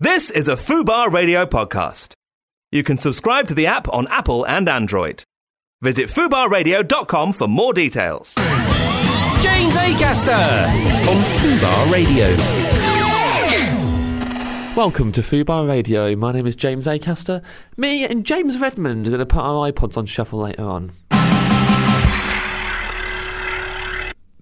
This is a FUBAR Radio podcast. You can subscribe to the app on Apple and Android. Visit FUBARradio.com for more details. James Acaster on Fubar Radio. Welcome to Fubar Radio. My name is James Acaster. Me and James Redmond are going to put our iPods on shuffle later on.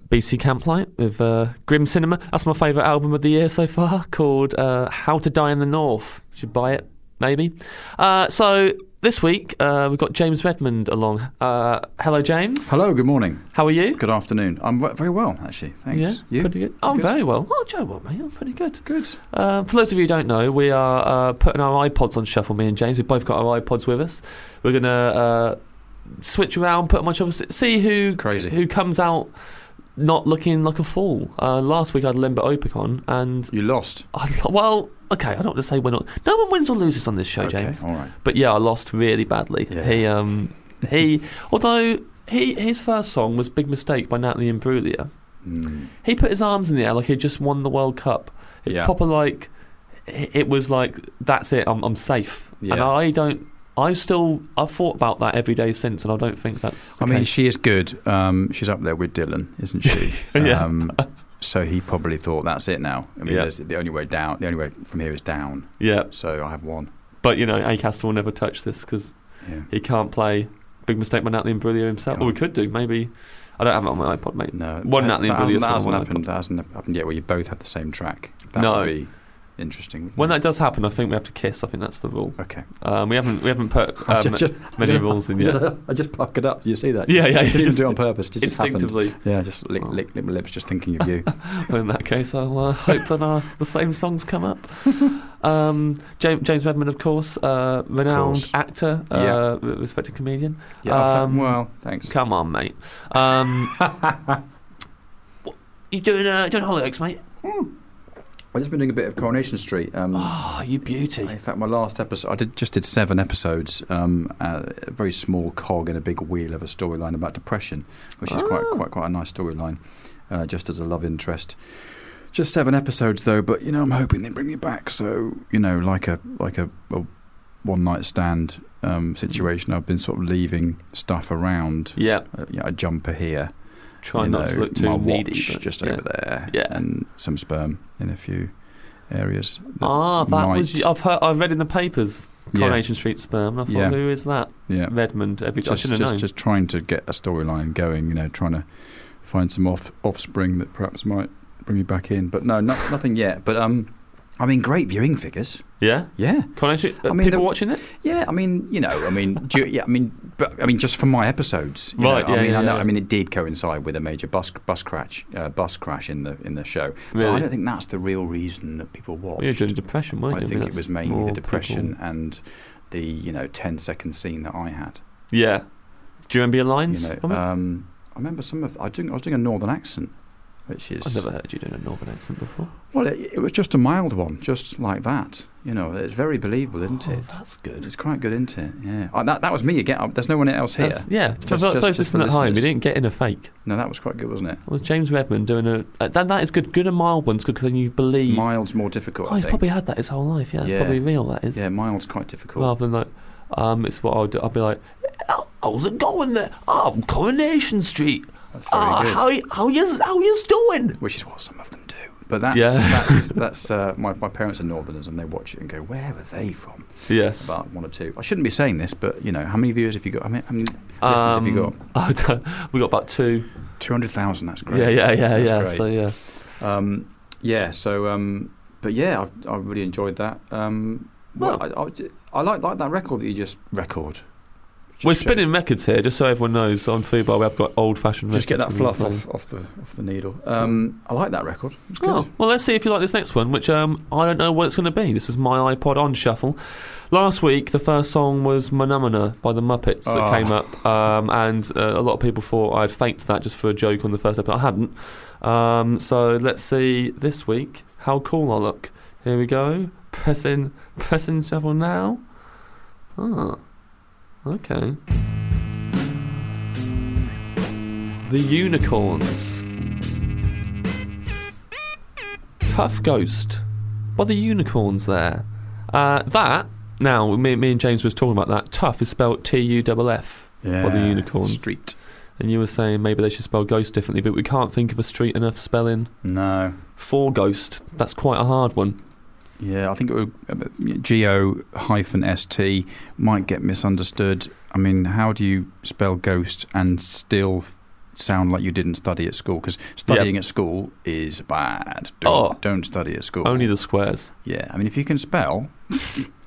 BC Camplight with uh, Grim Cinema. That's my favourite album of the year so far, called uh, How to Die in the North. Should buy it, maybe. Uh, so this week uh, we've got James Redmond along. Uh, hello, James. Hello, good morning. How are you? Good afternoon. I'm w- very well, actually. Thanks. Yeah, you? pretty good. Oh, I'm very well. Oh, Joe, what, mate? I'm pretty good. Good. Uh, for those of you who don't know, we are uh, putting our iPods on shuffle. Me and James, we've both got our iPods with us. We're gonna uh, switch around, put them on shuffle, s- see who Crazy. who comes out not looking like a fool. Uh, last week I had Limber Opicon, and You lost. I, lo- well, okay, I don't want to say we're not. No one wins or loses on this show, James. All right. But yeah, I lost really badly. Yeah. He um he although he his first song was Big Mistake by Natalie Imbruglia. Mm. He put his arms in the air like he'd just won the World Cup. It Yeah. proper like i- it was like that's it. I'm I'm safe. And Yeah. I don't. I still I've thought about that every day since, and I don't think that's. The I mean, case. she is good. Um, she's up there with Dylan, isn't she? Yeah. Um, so he probably thought that's it now. I mean, Yeah. there's- the only way down, the only way from here is down. Yeah, So I have one. but you know, Acaster will never touch this because Yeah. he can't play Big Mistake by Natalie Imbruglia himself. Can't. Or we could do maybe. I don't have it on my iPod, mate. No, One Natalie that, Imbruglia song, hasn't, that hasn't one happened. That hasn't happened yet. Where you both had the same track. That No. would be interesting. wouldn't When it? that does happen, I think we have to kiss. I think that's the rule. okay. Um, we haven't we haven't put um, many rules in yet. I just pluck it up. You see that? Yeah, yeah, Didn't just- do it on purpose. It just happened. Instinctively, Yeah, just lick, Well. lick, lick my lips, just thinking of you. Well, in that case, I'll uh, hope that uh, the same songs come up. Um, James, James Redmond, of course, uh, renowned course. actor, uh, Yeah. re- respected comedian. Yeah, I Um, found- well, thanks. Come on, mate. Um, what- you doing uh, doing Hollyoaks, mate? I've just been doing a bit of Coronation Street. Um, Oh, you beauty. in fact, my last episode, I did just did seven episodes. Um, uh, a very small cog in a big wheel of a storyline about depression, which is quite Oh. quite quite a nice storyline, uh, just as a love interest. Just seven episodes though, but you know, I'm hoping they bring me back. So you know, like a like a, a one night stand um, situation, I've been sort of leaving stuff around. Yeah, Uh, yeah, a jumper here. try you not know, to look my too needy. watch but- just yeah. over there, Yeah. and some sperm in a few areas. that Ah, that might- was. I've heard. I've read in the papers. Yeah. Coronation Street sperm. I thought, Yeah. who is that? yeah. Redmond. Every I Just, should have just, known. just trying to get a storyline going, you know, trying to find some off offspring that perhaps might bring me back in. But no, not, nothing yet. But um, I mean, great viewing figures. yeah, Yeah, Coronation. I uh, mean, people the- watching it. yeah. I mean, you know, I mean, do you- yeah. I mean, but, I mean, just for my episodes, you Right, know, yeah, I mean, yeah, I, know, yeah. I mean, it did coincide with a major bus bus crash, uh, bus crash in the in the show. But I Really? don't think that's the real reason that people watch. Well, you're during depression, weren't I you? mean, think it that's was mainly more the depression and the you know 10 second scene that I had. people- Yeah. Do you remember your lines? You know, Robert? um, I remember some of I was doing I was doing a northern accent, which is I've never heard you doing a northern accent before. well, it, it was just a mild one, just like that. You know, it's very believable, isn't it? Oh, that's good. It's quite good, isn't it? Yeah. Oh, that that was me again. Oh, There's no one else here. That's- yeah, for Just- those just- just listening for at home, you listeners. didn't get in a fake. No, that was quite good, wasn't it? It was James Redmond doing a. Uh, that, that is good. Good and mild one's good because then you believe. Mild's more difficult. oh, I he's think. probably had that his whole life. Yeah, it's Yeah. probably real, that is. yeah, mild's quite difficult. Rather than like, um, it's what I'll do. I'll be like, "Oh, how's it going there? Oh, Coronation Street. That's very Ah, good. how, y- how you how you doing? which is what some of them do. But that's Yeah. that's, that's uh, my my parents are northerners and they watch it and go, where are they from? Yes. about one or two. I shouldn't be saying this, but you know, how many viewers have you got? How many, how many listeners have you Um, got? got? we got about two. Two hundred thousand. That's great. Yeah, yeah, yeah, yeah. That's So yeah, Um, yeah. So, um, but yeah, I've, I really enjoyed that. Um, well, I, I, was ju- I like like that record that you just record. Just we're show- spinning records here, just so everyone knows. So on Fubar, we have got old-fashioned. Just get that records fluff we play. off, off the off the needle. Um, I like that record. It's good. Oh, well, let's see if you like this next one, which um, I don't know what it's going to be. This is my iPod on shuffle. Last week, the first song was Manamana by the Muppets that Oh. came up, um, and uh, a lot of people thought I'd faked that just for a joke on the first episode. I hadn't. Um, so let's see this week how cool I look. Here we go. Pressing, pressing shuffle now. Ah, okay. The Unicorns. Tough Ghost. by the unicorns there. Uh, that now me, me and James was talking about that. Tough is spelled T U F F. Yeah. Well, the unicorns. Street. And you were saying maybe they should spell ghost differently, but we can't think of a street enough spelling No. for ghost. That's quite a hard one. Yeah, I think it would, G-O hyphen S-T might get misunderstood. I mean, how do you spell ghost and still f- sound like you didn't study at school? Because studying at school is bad. Don't, Oh. don't study at school. Only the squares. yeah, I mean, if you can spell...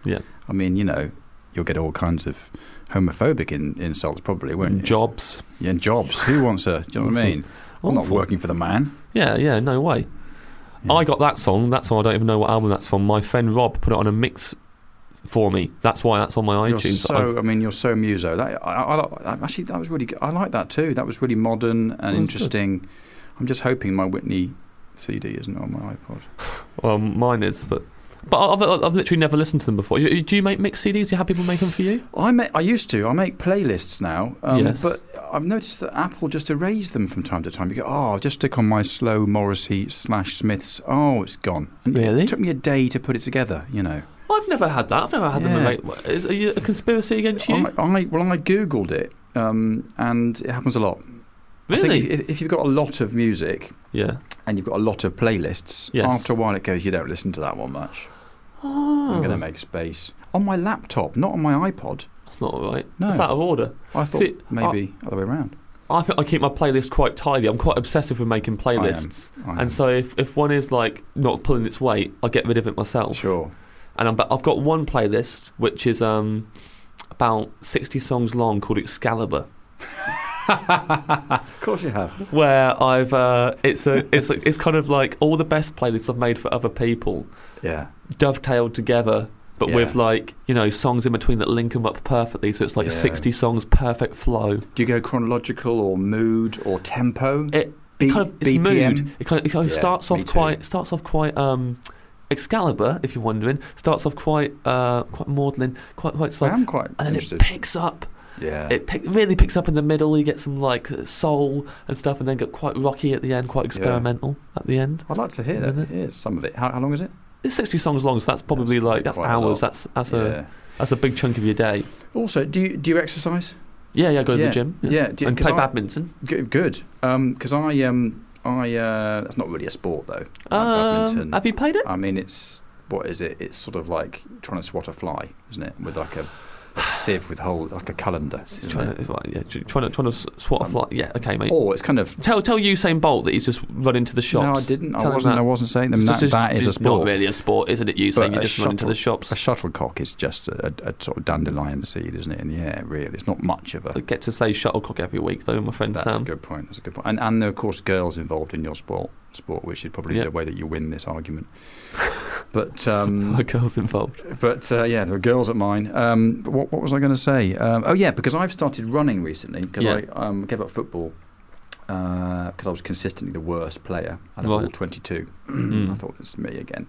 Yeah. I mean, you know, you'll get all kinds of homophobic in, insults probably, won't you? Jobs. Yeah, and jobs. Who wants a... Do you know what I mean? I'm not Awful. working for the man. Yeah, yeah, no way. Yeah. I got that song. That song, I don't even know what album that's from. My friend Rob put it on a mix for me. That's why that's on my You're iTunes. so, I've- I mean, you're so muso. That, I, I, I, I- actually, that was really. good. I like that too. That was really modern and good. interesting. I'm just hoping my Whitney CD isn't on my iPod. well, mine is, but but I've, I've literally never listened to them before. You- Do you make mix CDs? Do you have people make them for you? I ma- I used to. I make playlists now. um, Yes. But I've noticed that Apple just erase them from time to time. You go, oh, I'll just stick on my slow Morrissey slash Smiths. Oh, it's gone. And Really? It took me a day to put it together. You know. Oh, I've never had that. I've never had them. Yeah. Make, is, are you a conspiracy against you? I, I well, I googled it, um, and it happens a lot. I really? think if, if you've got a lot of music, yeah. and you've got a lot of playlists, Yes. after a while it goes, you don't listen to that one much. I'm Oh. going to make space. On my laptop, not on my iPod. That's not all right. No. That's out of order. I thought See, maybe other way around. I think I keep my playlist quite tidy. I'm quite obsessive with making playlists. I am. And so if, if one is like not pulling its weight, I get rid of it myself. Sure. and I'm, but I've got one playlist which is um, about 60 songs long called Excalibur, Of course you have. where I've uh, it's a it's a, it's kind of like all the best playlists I've made for other people Yeah. dovetailed together. But Yeah. with like you know songs in between that link them up perfectly, so it's like Yeah. sixty songs, perfect flow. Do you go chronological or mood or tempo? It, B- it kind of it's BPM? mood. It kind of, it kind of Yeah, starts me off too. quite starts off quite um, Excalibur, if you're wondering. Starts off quite uh, quite maudlin, quite quite slow, I and am quite then interested. it picks up yeah. it pick, really picks up in the middle. You get some like soul and stuff, and then get quite rocky at the end, quite experimental at the end. I'd like to hear Isn't that. it? Here's some of it. How, how long is it? It's sixty songs long, so that's probably That's like that's quite a hours. lot. That's that's a that's a big chunk of your day. Also, do you do you exercise? Yeah, yeah. Go to Yeah, the gym. yeah, do you- and 'cause play I- badminton. G- Good. Because I um I uh, that's not really a sport though. like Um, badminton. have you played it? I mean, it's what is it? It's sort of like trying to swat a fly, isn't it? With like a, a sieve with whole like a colander. It's isn't Trying it? to, right, yeah, tr- trying to trying to s- swat a Um, fly. Yeah, okay, mate. Or it's kind of. Tell tell Usain Bolt that he's just run into the shops. No, I didn't. Tell I him wasn't. that. I wasn't saying them. It's That, just- that is a it's Not sport. really a sport, isn't it? But Usain, you a just run into shuttle- the shops. A shuttlecock is just a, a, a sort of dandelion seed, isn't it? In the air, really. It's not much of a. I get to say shuttlecock every week though. My friend That's a Sam. good point. That's a good point. And and there are, of course girls involved in your sport sport, which is probably Yeah. the way that you win this argument. but um, My girl's involved. But uh, yeah, there were girls at mine. Um, but what, what was I going to say? Um, oh yeah, because I've started running recently because Yeah. I um, gave up football because I was consistently the worst player out of all Right. 22. Mm. I thought it's me again.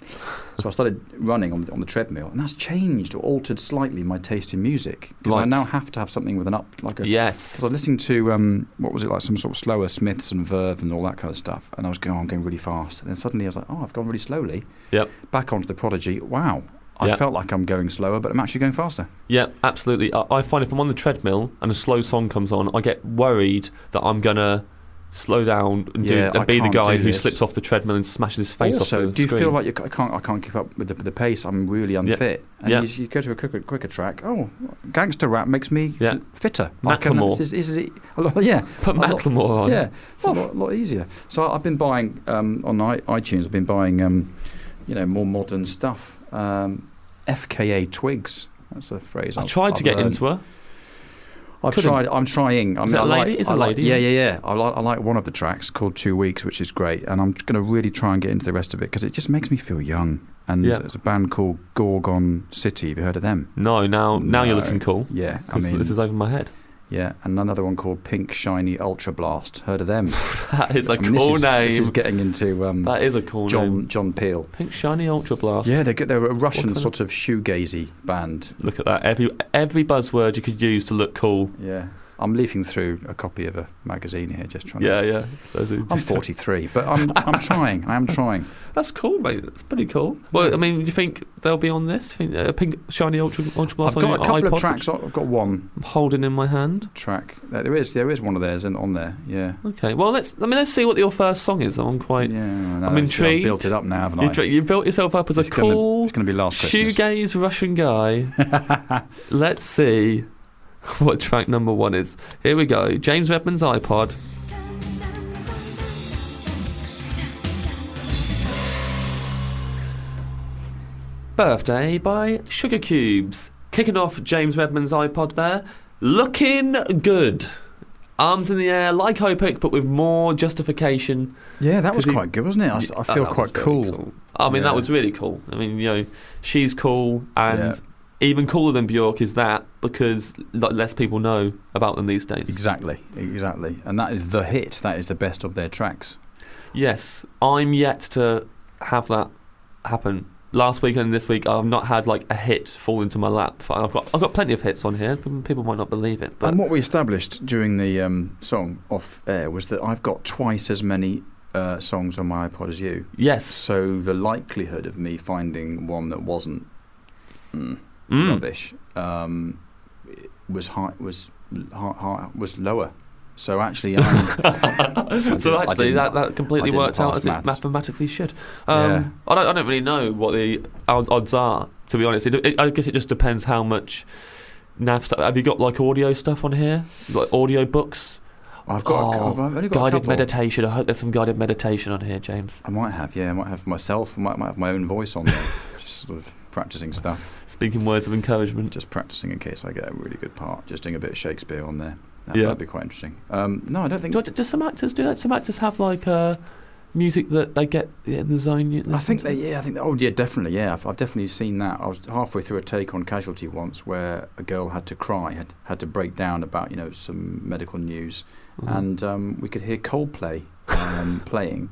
So I started running on, on the treadmill, and that's changed or altered slightly my taste in music because I Right. now have to have something with an up like a. Yes. Because I listened to um, what was it like some sort of slower Smiths and Verve and all that kind of stuff, and I was going, oh, I'm going really fast, and then suddenly I was like, oh, I've gone really slowly. Yep. Back onto the Prodigy. Wow, I Yep. felt like I'm going slower, but I'm actually going faster. Yeah, absolutely. I, I find if I'm on the treadmill and a slow song comes on, I get worried that I'm gonna slow down and, do, Yeah, I and be the can't guy do who this. slips off the treadmill and smashes his face off also, the do you screen. feel like you, I can't? I can't keep up with the, the pace. I'm really unfit. And Yeah. you, you go to a quicker, quicker track. Oh, gangster rap makes me Yeah. fitter. I can- Macklemore. this is- this is- a lot- yeah, Put I thought- Macklemore on. yeah, it's a lot, lot easier. So I've been buying um, on i- iTunes. I've been buying, um, you know, more modern stuff. Um, FKA Twigs. That's a phrase. I I've- tried to I've get learned. into her. I've Couldn't. tried. I'm trying. I'm, Is that I a like- lady? Is I it a like- lady? Yeah, yeah, yeah. I like, I like one of the tracks called Two Weeks, which is great, and I'm going to really try and get into the rest of it because it just makes me feel young. And Yeah. there's a band called Gorgon City. Have you heard of them? No, now now you're No. looking cool. Yeah, I 'cause mean, this is over my head. yeah, and another one called Pink Shiny Ultra Blast. Heard of them? That is a I mean, cool this is, name. This is getting into um, that is a cool name. John John Peel. Pink shiny ultra blast. Yeah, they're good. They're a Russian kind of- sort of shoegazy band. Look at that. Every every buzzword you could use to look cool. Yeah. I'm leafing through a copy of a magazine here, just trying. Yeah, to, yeah. Those who I'm just- 43, but I'm I'm trying. I am trying. That's cool, mate. That's pretty cool. Well, I mean, do you think they'll be on this? Think, uh, Pink Shiny Ultra Ultra I've Blast got on a your couple iPod, of which tracks. I've got one I'm holding in my hand. track. There there is there is one of theirs in, on there. Yeah. Okay. Well, let's. I mean, let's see what your first song is. I'm quite. Yeah, I know. I'm See, I've intrigued. built it up now, haven't I? You, dra- you built yourself up as a It's gonna- cool It's going to be last Christmas. shoegaze Russian guy. let's see what track number one is. Here we go. James Redman's iPod. Birthday by Sugar Cubes. Kicking off James Redman's iPod there. Looking good. Arms in the air, like Hopic, but with more justification. Yeah, that was 'Cause he- quite good, wasn't it? I, s- I Oh, That- feel that quite was very cool. I mean, Yeah. that was really cool. I mean, you know, she's cool, and Yeah. even cooler than Bjork is that because lo- less people know about them these days. Exactly, exactly. And that is the hit. That is the best of their tracks. Yes, I'm yet to have that happen. Last week and this week, I've not had like a hit fall into my lap. I've got I've got plenty of hits on here. People might not believe it, but and what we established during the um, song off air was that I've got twice as many uh, songs on my iPod as you. yes, So the likelihood of me finding one that wasn't mm, Mm. rubbish um, was high, was high, high, was lower. So actually, I'm, so actually, that, that I completely didn't worked out pass as it maths. mathematically should. Um, Yeah. I, don't, I don't really know what the od- odds are, to be honest. It, it, I guess it just depends how much nav stuff. Have you got like audio stuff on here? Like audio books? I've got. Oh, a, cou- I've only got a Guided couple. meditation. I hope there's some guided meditation on here, James. I might have, yeah. I might have myself. I might, might have my own voice on there. just sort of practicing stuff. Speaking words of encouragement. Just practicing in case I get a really good part. Just doing a bit of Shakespeare on there. That Yeah. would be quite interesting. Um, no, I don't think. Do, do some actors do that? Some actors have like uh, music that they get in the zone. you I listen think to? they, yeah, I think, oh, yeah, definitely, yeah. I've, I've definitely seen that. I was halfway through a take on Casualty once where a girl had to cry, had, had to break down about, you know, some medical news. Mhm. And um, we could hear Coldplay um, playing.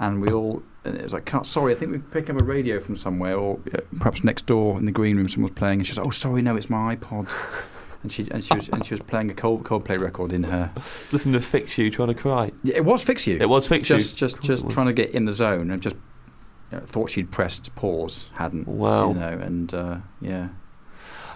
And we all, and it was like, "Can't- sorry, I think we picked up a radio from somewhere, or uh, perhaps next door in the green room, someone's playing. And she's like, oh, sorry, no, it's my iPod. And she, and she was and she was playing a Cold, Coldplay record in her. listen to Fix You trying to cry. Yeah, it was Fix You. It was Fix just You. Of just course it just was. trying to get in the zone and just you know, thought she'd pressed pause, hadn't. Wow. You know, and uh, yeah.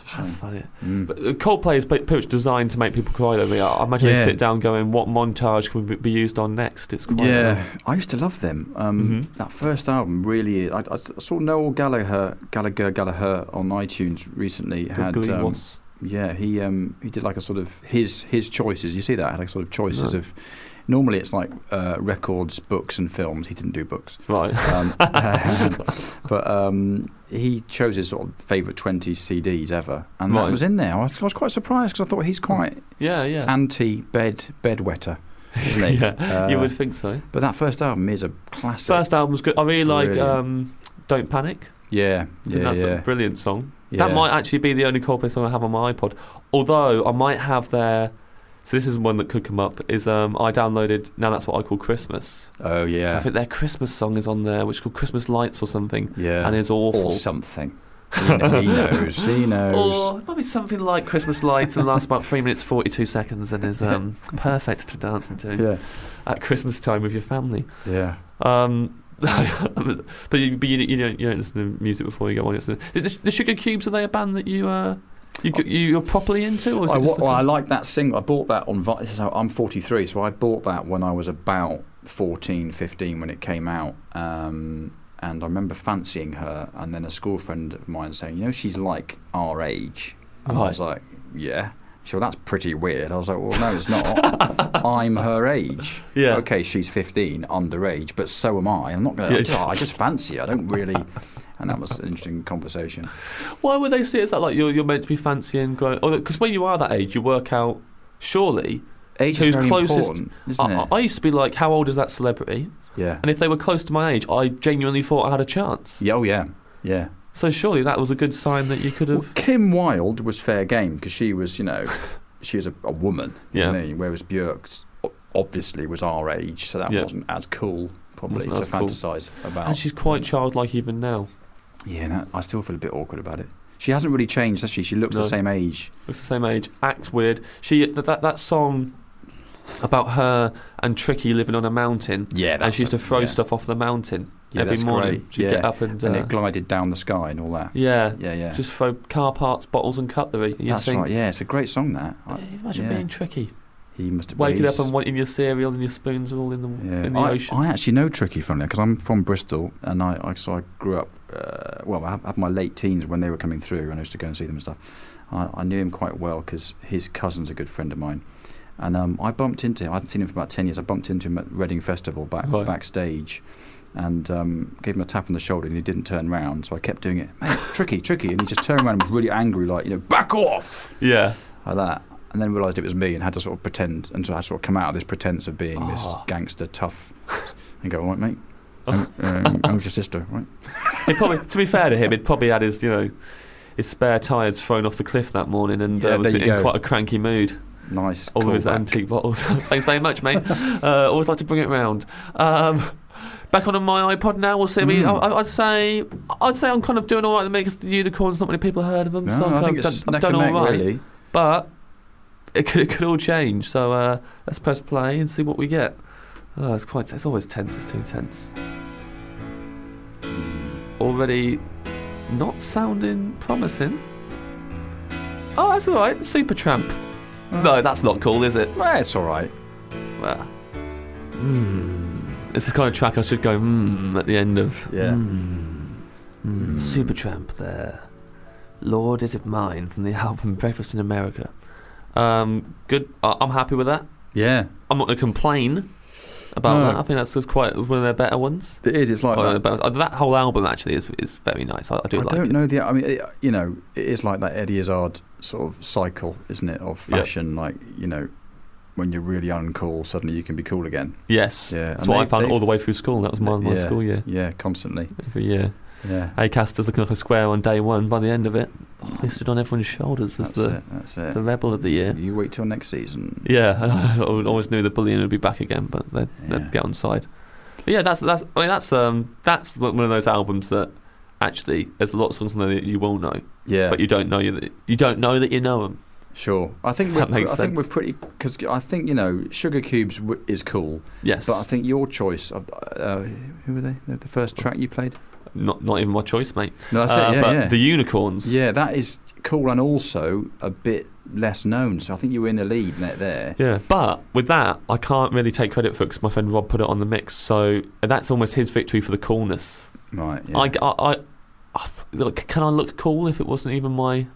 It's a That's shame. funny. Mm. But uh, Coldplay is pretty much designed to make people cry. Though, yeah. I imagine Yeah. they sit down going, "What montage can be- be used on next?" It's quite uh, yeah, I used to love them. Um, Mhm. That first album really. I, I saw Noel Gallagher, Gallagher, Gallagher on iTunes recently. uh, Had Glee um, was. yeah, he um, he did like a sort of his his choices. You see that like sort of choices No. of. Normally, it's like uh, records, books, and films. He didn't do books. right. Um, but um, he chose his sort of favourite 20 CDs ever, and Right. that was in there. I was, I was quite surprised because I thought he's quite Yeah, yeah. anti bed bedwetter, isn't he? yeah, Uh, you would think so. But that first album is a classic. First album's good. I really like Brilliant. um, "Don't Panic." yeah, I think yeah, that's a yeah, brilliant song. yeah. That might actually be the only Coldplay song I have on my iPod. Although I might have their. So this is one that could come up. Is um, I downloaded now that's what I call Christmas. Oh So I yeah, think their Christmas song is on there, which is called Christmas Lights or something, yeah, and it's awful. or something. he kn- he knows. He knows. Or Oh, it might be something like Christmas Lights and lasts about 3 minutes 42 seconds and is um, perfect to dance into yeah, at Christmas time with your family. yeah. Um, but you, but you, you, don't, you don't listen to music before you go on. you listen- The, the Sugar Cubes, are they a band that you, uh, you, go- you, you're properly into? Or is I, it wa- just well, I like like that single. I bought that on. Vi- This is how I'm 43, so I bought that when I was about 14, 15 when it came out. Um, and I remember fancying her, and then a school friend of mine saying, "You know, she's like our age." And I was like, "Yeah." She, well, that's pretty weird. I was like, "Well, no, it's not. I'm her age. Yeah. Okay, she's 15, underage, but so am I. I'm not going to. Yes. I just fancy. her. I don't really." And that was an interesting conversation. Why would they see it as that? Like you're, you're meant to be fancy and grow. Because when you are that age, you work out, surely. Age Who's is very closest- important, isn't I, it? I I used to be like, how old is that celebrity? yeah. And if they were close to my age, I genuinely thought I had a chance. Yeah, oh yeah, yeah. So surely that was a good sign that you could Well, have. Kim Wilde was fair game because she was, you know, she was a, a woman. you Yeah. know what I mean? Whereas Björk's o- obviously was our age, so that Yeah. wasn't as cool probably Wasn't to as cool. fantasize about. And she's quite childlike even now. yeah, that, I still feel a bit awkward about it. She hasn't really changed, has she? She looks No. the same age. looks the same age, acts weird. She that that, that song about her and Tricky living on a mountain, Yeah, and she used to throw yeah. stuff off the mountain Yeah, every that's morning. great. She'd Yeah. get up and, uh, and it glided down the sky and all that. yeah, Yeah, yeah. just throw car parts, bottles, and cutlery. And you'd That's think, right. Yeah, it's a great song. That I- Imagine yeah. being Tricky, he must have waking up he's- and wanting your cereal and your spoons are all in the Yeah. in the I, ocean. I actually know Tricky, funnily, because I'm from Bristol, and I, I so I grew up. Uh, well, I had- had my late teens when they were coming through, and I used to go and see them and stuff. I, I knew him quite well because his cousin's a good friend of mine, and um, I bumped into him. I hadn't seen him for about ten years. I bumped into him at Reading Festival back Right. backstage. And um, gave him a tap on the shoulder, and he didn't turn round. So I kept doing it, Mate, tricky, tricky, and he just turned around and was really angry, like you know, back off yeah, like that. And then realised it was me and had to sort of pretend, and so I had to sort of come out of this pretense of being this Oh. gangster tough and go, all right, mate. Um, um, I was your sister, right? he probably. To be fair to him, he'd probably had his you know. His spare tyres thrown off the cliff that morning and Yeah, uh, was there in you go. quite a cranky mood. Nice. All of his callback. antique bottles. Thanks very much, mate. Uh, always like to bring it round. Um, back on my iPod now. We'll see. I mean, I, Mm. I- I'd say I'd say I'm kind of doing all right at the minute because the unicorns. Not many people heard of them. so No, I'm I kind think of it's done, I've neck done and all neck, right. really. But it could, it could all change. So uh, let's press play and see what we get. Oh, it's quite. It's always tense. It's too tense. Already not sounding promising. Oh, that's all right. Super Tramp. Oh, No, that's not cool, is it? Well, it's all right. Well, hmm. This is kind of track I should go mm, at the end of. Hmm. Yeah. Supertramp there. Lord, is it mine from the album Breakfast in America? Um, good. I- I'm happy with that. Yeah, I'm not going to complain about No. that. I think that's just quite one of their better ones. it is. It's like Or that. better- uh, that whole album actually is is very nice. I, I do I like don't it. know the. I mean, it, you know, it is like that Eddie Izzard sort of cycle, isn't it, of Yeah. fashion? Like, you know, when you're really uncool, suddenly you can be cool again. Yes, Yeah, that's and what I they- found they- all the way through school. That was my, my Yeah. school year. Yeah, constantly. Every year, Yeah. Acaster's looking like a square on day one. By the end of it, oh, he stood on everyone's shoulders as That's the it. That's it. the rebel of the year. You wait till next season. Yeah, and I always knew the bullying would be back again, but they'd, Yeah. they'd get on side. But yeah, that's that's. I mean, that's um, that's one of those albums that actually there's a lot of songs on there that you will know, Yeah. but you don't know you you don't know that you know them. Sure, I think If we're, that makes I think sense. we're pretty because I think you know Sugar Cubes w- is cool, Yes, but I think your choice of uh, who were they? The, the first track you played? not not even my choice, mate. No, that's Uh, it. Yeah, but yeah. the unicorns. yeah, that is cool and also a bit less known. So I think you were in the lead net there. Yeah, but with that, I can't really take credit for it because my friend Rob put it on the mix. So that's almost his victory for the coolness. Right. Yeah. I, I, I- I- look, can I look cool if it wasn't even my?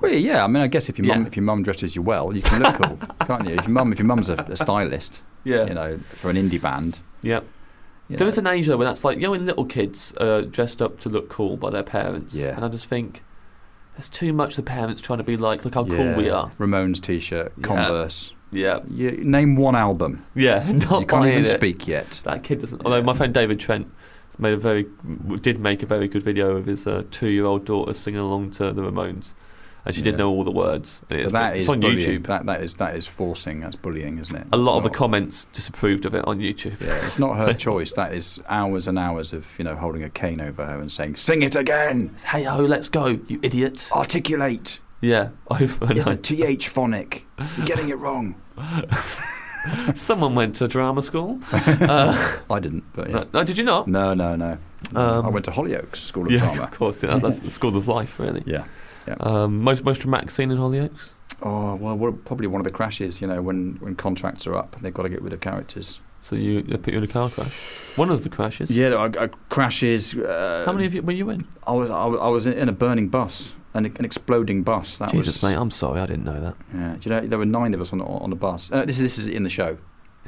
well, yeah. I mean, I guess if your Yeah. mum if your mum dresses you well, you can look cool, can't you? If your mum if your mum's a, a stylist, Yeah, you know, for an indie band. yeah. you There know. is an Asia where that's like, you know, when little kids are dressed up to look cool by their parents. Yeah. And I just think there's too much the parents trying to be like, look how cool we Yeah. are. Ramones t-shirt, Yeah. Converse. Yeah. You, name one album. Yeah. Not You can't buying even it. speak yet. That kid doesn't. Although Yeah. my friend David Trent has made a very, did make a very good video of his uh, two-year-old daughter singing along to the Ramones, and she did Yeah. know all the words. And it's, But that it's is on bullying. YouTube. That, that is that is forcing. That's bullying, isn't it? A lot It's of the not- comments disapproved of it on YouTube. Yeah, it's not her choice. That is hours and hours of you know holding a cane over her and saying, "Sing it again, Hey ho, let's go, you idiot! articulate. Yeah, over and It's the over. th phonic. You're getting it wrong." Someone went to drama school. Uh, I didn't, but yeah. no, no, did you not? no, no, no. Um, I went to Hollyoaks School of yeah, Drama. of course. Yeah, that's the school of life, really. Yeah. Um, most most dramatic scene in Hollyoaks. Oh well, we're probably one of the crashes. You know, when when contracts are up, they've got to get rid of characters. So you they put you in a car crash. One of the crashes. Yeah, uh, uh, crashes. Uh, How many of you were you in? I was I was, I was in a burning bus, an, an exploding bus. That Jesus, was, mate, I'm sorry, I didn't know that. Yeah, do you know there were nine of us on on the bus? Uh, this is this is in the show.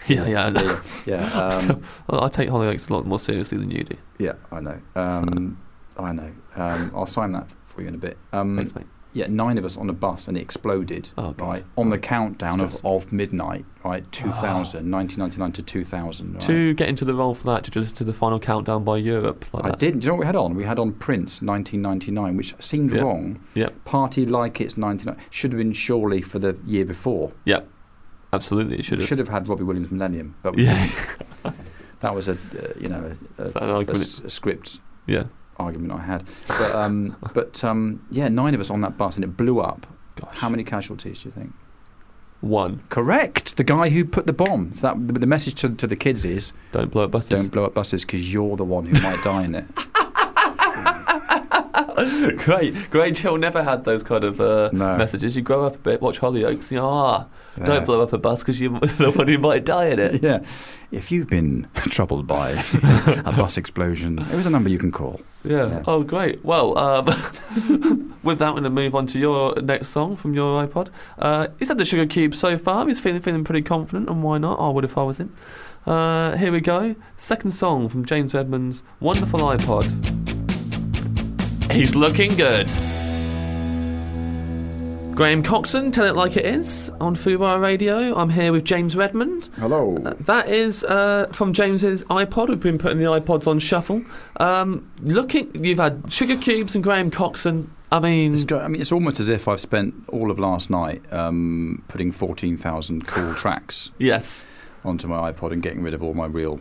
Yeah, yeah, I know. Yeah, um, I I take Hollyoaks a lot more seriously than you do. yeah, I know. Um, I know. Um, I'll sign that for you in a bit. Um, Thanks, mate. yeah, nine of us on a bus and it exploded. Oh, God. Ah. Right on the countdown of, Stress. of midnight, right? 2000, 1999 to 2000. Right? To get into the role for that, did you listen to the final countdown by Europe? Like I that? didn't. Do you know what we had on? We had on Prince 1999, which seemed Yeah. wrong. Yep. Party like it's 99 should have been surely for the year before. Yep. Absolutely, it should have. Should have had Robbie Williams Millennium, but Yeah, that was a uh, you know a, a, Is that an a argument? s- a script yeah. argument I had. But, um, but um, yeah, nine of us on that bus, and it blew up. Gosh. How many casualties do you think? One. Correct. The guy who put the bomb. So that the, the message to, to the kids is Don't blow up buses. don't blow up buses because you're the one who might die in it. great, great. Jill never had those kind of uh, No. messages. You grow up a bit, watch Hollyoaks, you know, ah, Yeah. don't blow up a bus because you're the one who might die in it. Yeah. If you've been troubled by a bus explosion, there is a number you can call. Yeah. Yeah. Oh, great. Well, um, with that, we're going to move on to your next song from your iPod. Uh, he's had the Sugar Cube so far. He's feeling, feeling pretty confident, and why not? I would if I was him. Uh, here we go. Second song from James Redmond's Wonderful iPod. He's looking good. Graham Coxon, Tell It Like It Is on Fubar Radio. I'm here with James Redmond. Hello. Uh, That is uh, from James's iPod. We've been putting the iPods on shuffle. Um, looking, you've had Sugar Cubes and Graham Coxon. I It's mean, got, I mean, it's almost as if I've spent all of last night um, putting 14,000 cool tracks yes. onto my iPod and getting rid of all my real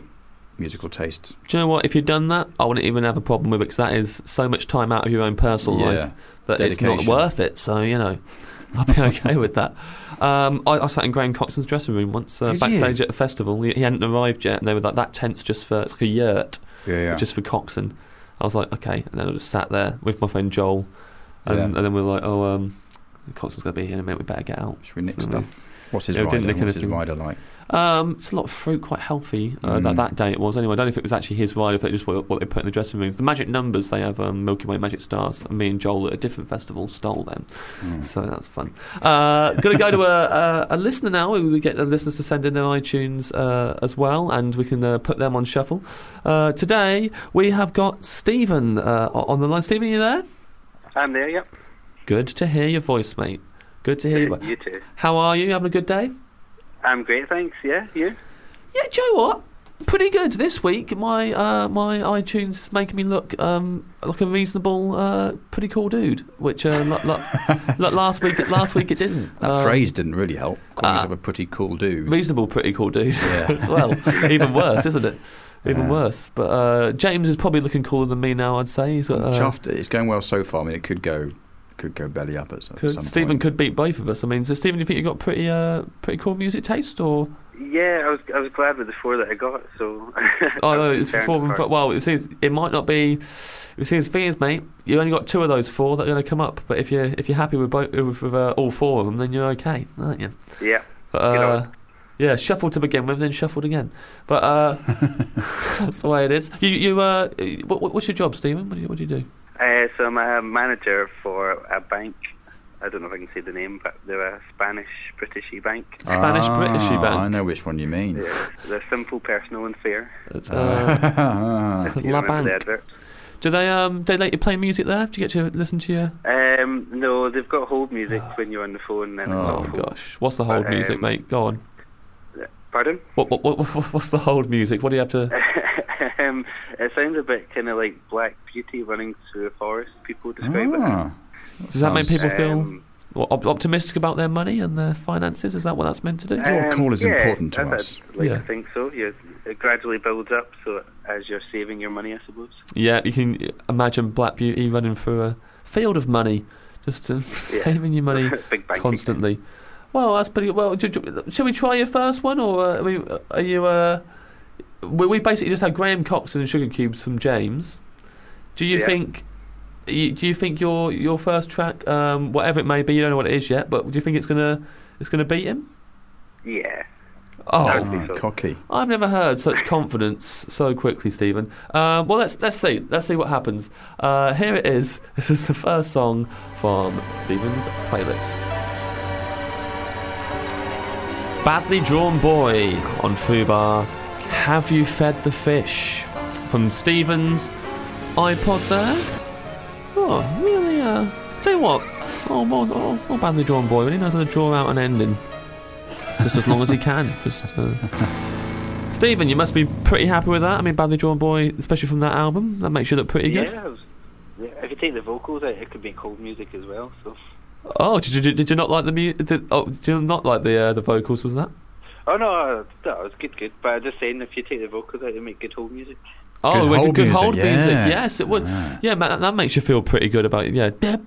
musical tastes. Do you know what? If you'd done that, I wouldn't even have a problem with it because that is so much time out of your own personal life that it's not dedication. worth it. So you know, I'd be okay with that. Um, I, I sat in Graham Coxon's dressing room once uh, Did backstage at a festival. He, he hadn't arrived yet, and they were like, "That tent's just for it's like a yurt, Yeah, yeah. just for Coxon." I was like, "Okay," and then I just sat there with my friend Joel, and, Yeah. and then we are like, "Oh, um, Coxon's gonna be here in a minute. We better get out." Should we nick So we- stuff? What's his Yeah, we didn't rider? nick What's his anything. rider like? Um, it's a lot of fruit, quite healthy. Uh, that, Mm. that day it was. Anyway, I don't know if it was actually his ride, if it just what, what they put in the dressing rooms. The magic numbers they have um, Milky Way magic stars. And me and Joel at a different festival stole them, Mm. so that was fun. Uh, going to go to a, a, a listener now. We would get the listeners to send in their iTunes uh, as well, and we can uh, put them on shuffle. Uh, today we have got Stephen uh, o- on the line. Stephen, you there? I'm there, yep. Good to hear your voice, mate. Good to hear. Your... vo- You too. How are you? Having a good day? I'm great, thanks. Yeah, you? Yeah, do you know what? Pretty good this week. My uh, my iTunes is making me look um, like a reasonable, uh, pretty cool dude. Which uh, lo- lo- lo- last week last week it didn't. That Um, phrase didn't really help. Calling uh, yourself a pretty cool dude. reasonable, pretty cool dude. Yeah. as well, even worse, isn't it? Even Yeah. worse. But uh, James is probably looking cooler than me now. I'd say he's got. Uh, Chuffed. It's going well so far. I mean, it could go, could go belly up at some, could- some Stephen point. could beat both of us. I mean, so Stephen, do you think you've got pretty uh, pretty cool music taste, or Yeah, I was I was glad with the four that I got, so oh no, it's Fair four and enough. five. Well, it seems it might not be. It seems thing is, mate, you only got two of those four that are going to come up. But if you're if you're happy with both with, with uh, all four of them, then you're okay, aren't you? yeah. But, You know uh, yeah, shuffled to begin with, then shuffled again. But uh, that's the way it is. You you uh, what, what- what's your job, Stephen? What do you, what do you do? Uh, so I'm a manager for a bank. I don't know if I can say the name, but they're a Spanish Britishy bank. Spanish Ah, British you I bank. know which one you mean. They're, they're simple, personal, and fair. It's, uh, Ah. You La remember the Banque. advert? do they um they let you play music there? Do you get to listen to your? Um, no, they've got hold music when you're on the phone. Then they've Oh, got hold- gosh, what's the hold Um, music, mate? Go on. Pardon? What, what, what, what what's the hold music? What do you have to? um, it sounds a bit kind of like Black Beauty running through a forest. People describe it. Ah, Does that make Sounds- people feel? Um, What, op- optimistic about their money and their finances? Is that what that's meant to do? Uh, Your call is Um, yeah, important to I'd- us. I'd like Yeah. to think so. You, it gradually builds up, so as you're saving your money, I suppose. yeah, you can imagine Black Beauty running through a field of money, just uh, saving your money Big bank constantly. Well, that's pretty. Well, do, do, shall we try your first one, or uh, I mean, uh, are you? Uh, we, we basically just had Graham Cox and Sugar Cubes from James. Do you Yeah. think? you- Do you think your your first track, um, whatever it may be, you don't know what it is yet, but do you think it's gonna it's gonna beat him? Yeah. Oh, I think ah, so. cocky. I've never heard such confidence so quickly, Stephen. Um, well, let's let's see. Let's see what happens. Uh, here it is. This is the first song from Stephen's playlist. Badly drawn boy on Fubar. Have you fed the fish? From Stephen's iPod there. Oh, really? Uh, tell you what. Oh, well, oh, oh, badly drawn boy. Really knows how to draw out an ending. Just as long as he can. Just. Uh, Stephen, you must be pretty happy with that. I mean, Badly Drawn Boy, especially from that album, that makes you look pretty yeah. good. I was- yeah, If you take the vocals out, it could be cold music as well. So. Oh, did you, did you not like the mu- the, Oh, did you not like the uh, the vocals? Was that? Oh no, uh, no, it was good, good. But I'm just saying, if you take the vocals out, they make good whole music. Oh, Good we- hold good music, hold yeah. Ah. music. Yes, it would. Right. Yeah, ma- that makes you feel pretty good about it. Yeah. That's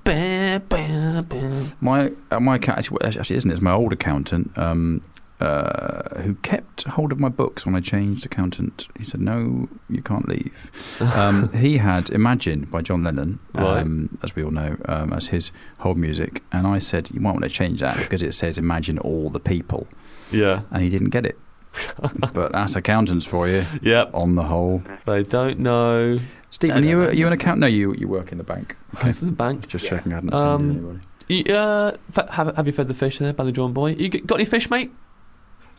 My uh, my account actually, well, actually isn't. it? It's my old accountant um, uh, who kept hold of my books when I changed accountant. He said, "No, you can't leave." Um, he had "Imagine" by John Lennon, Uh-huh. um, as we all know, um, as his hold music, and I said, "You might want to change that because it says Imagine all the people," Yeah. and he didn't get it. but that's accountants for you. Yep. On the whole, They don't know. Stephen, are you, are you an accountant? No, you you work in the bank. It's in the bank. Just Yeah. checking. I hadn't Um, offended anybody. You, uh, fa- have, have you fed the fish there, Bally John boy? You g- got any fish, mate?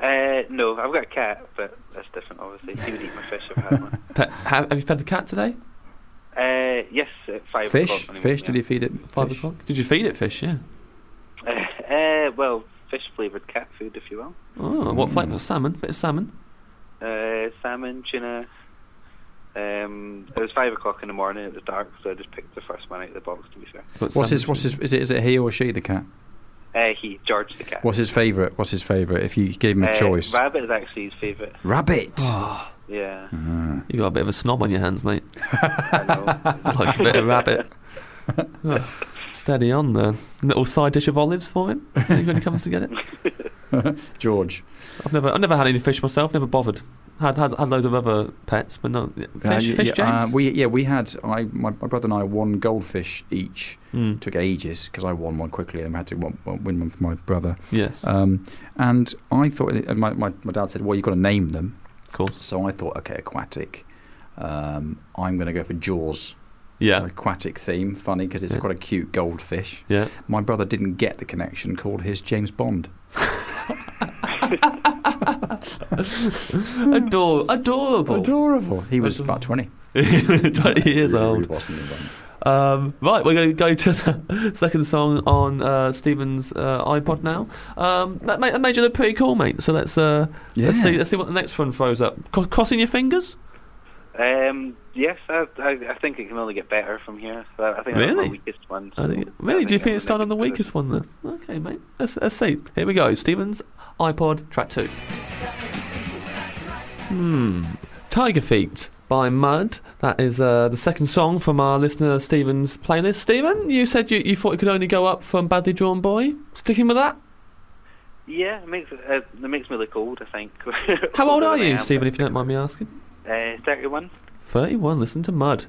Uh, no, I've got a cat, but that's different, obviously. He would eat my fish if I had one. Pe- have, have you fed the cat today? Uh, yes, at five Fish, o'clock. when he fish. woke Did me he feed it? Five Fish? o'clock. Did you feed it fish? Yeah. up. Uh, well, fish flavoured cat food, if you will. Oh, what Mm. flavour? Salmon. Bit of salmon. Uh, salmon, tuna. Um, it was five o'clock in the morning. It was dark, so I just picked the first one out of the box. To be fair, Got What's salmon his? What's too. his? Is it? Is it he or she? The cat. uh, he George the cat. What's his favourite? What's his favourite? If you gave him a Uh, choice, Rabbit is actually his favourite. rabbit. Ah, Yeah, Mm-hmm. you got a bit of a snob on your hands, mate. I know. Like a bit of rabbit. Ugh, Steady on there. Little side dish of olives for him when he comes to get it. George. I've never, I've never had any fish myself. Never bothered. Had had, had loads of other pets, but no yeah, Uh, fish. yeah, fish, yeah, James. Uh, we yeah we had I my, my brother and I won goldfish each. Mm, Took ages because I won one quickly and I had to won, won, win one for my brother. yes, Um, and I thought and my, my, my dad said, well you've got to name them. of course. So I thought okay aquatic. Um, I'm going to go for Jaws. Yeah, Aquatic theme, funny because it's Yeah. quite a cute goldfish. yeah. My brother didn't get the connection. Called his James Bond. Ador- adorable. Adorable. He was Adorable. about twenty. 20 years Really old. wasn't a bond. Um, right, we're going to go to the second song on uh, Stephen's uh, iPod now. Um, that, made, that made you look pretty cool, mate. So let's uh, let's Yeah. see let's see what the next one throws up. Cro- crossing your fingers. Um, yes, I, I, I think it can only get better from here. So I think that's Really? my weakest one. I think, so really? Do you think I'm it's started on the gonna give it- weakest one then? Okay, mate. Let's, let's see. Here we go. Stevens, iPod, track two. Hmm. Tiger Feet by Mud. That is uh, the second song from our listener Stephen's playlist. Stephen, you said you, you thought it could only go up from Badly Drawn Boy. Sticking with that? Yeah, it makes uh, it makes me look old. I think. How old Older are than I you, am. Stephen, if you don't mind me asking? Uh, Thirty-one. 31. Listen to Mud.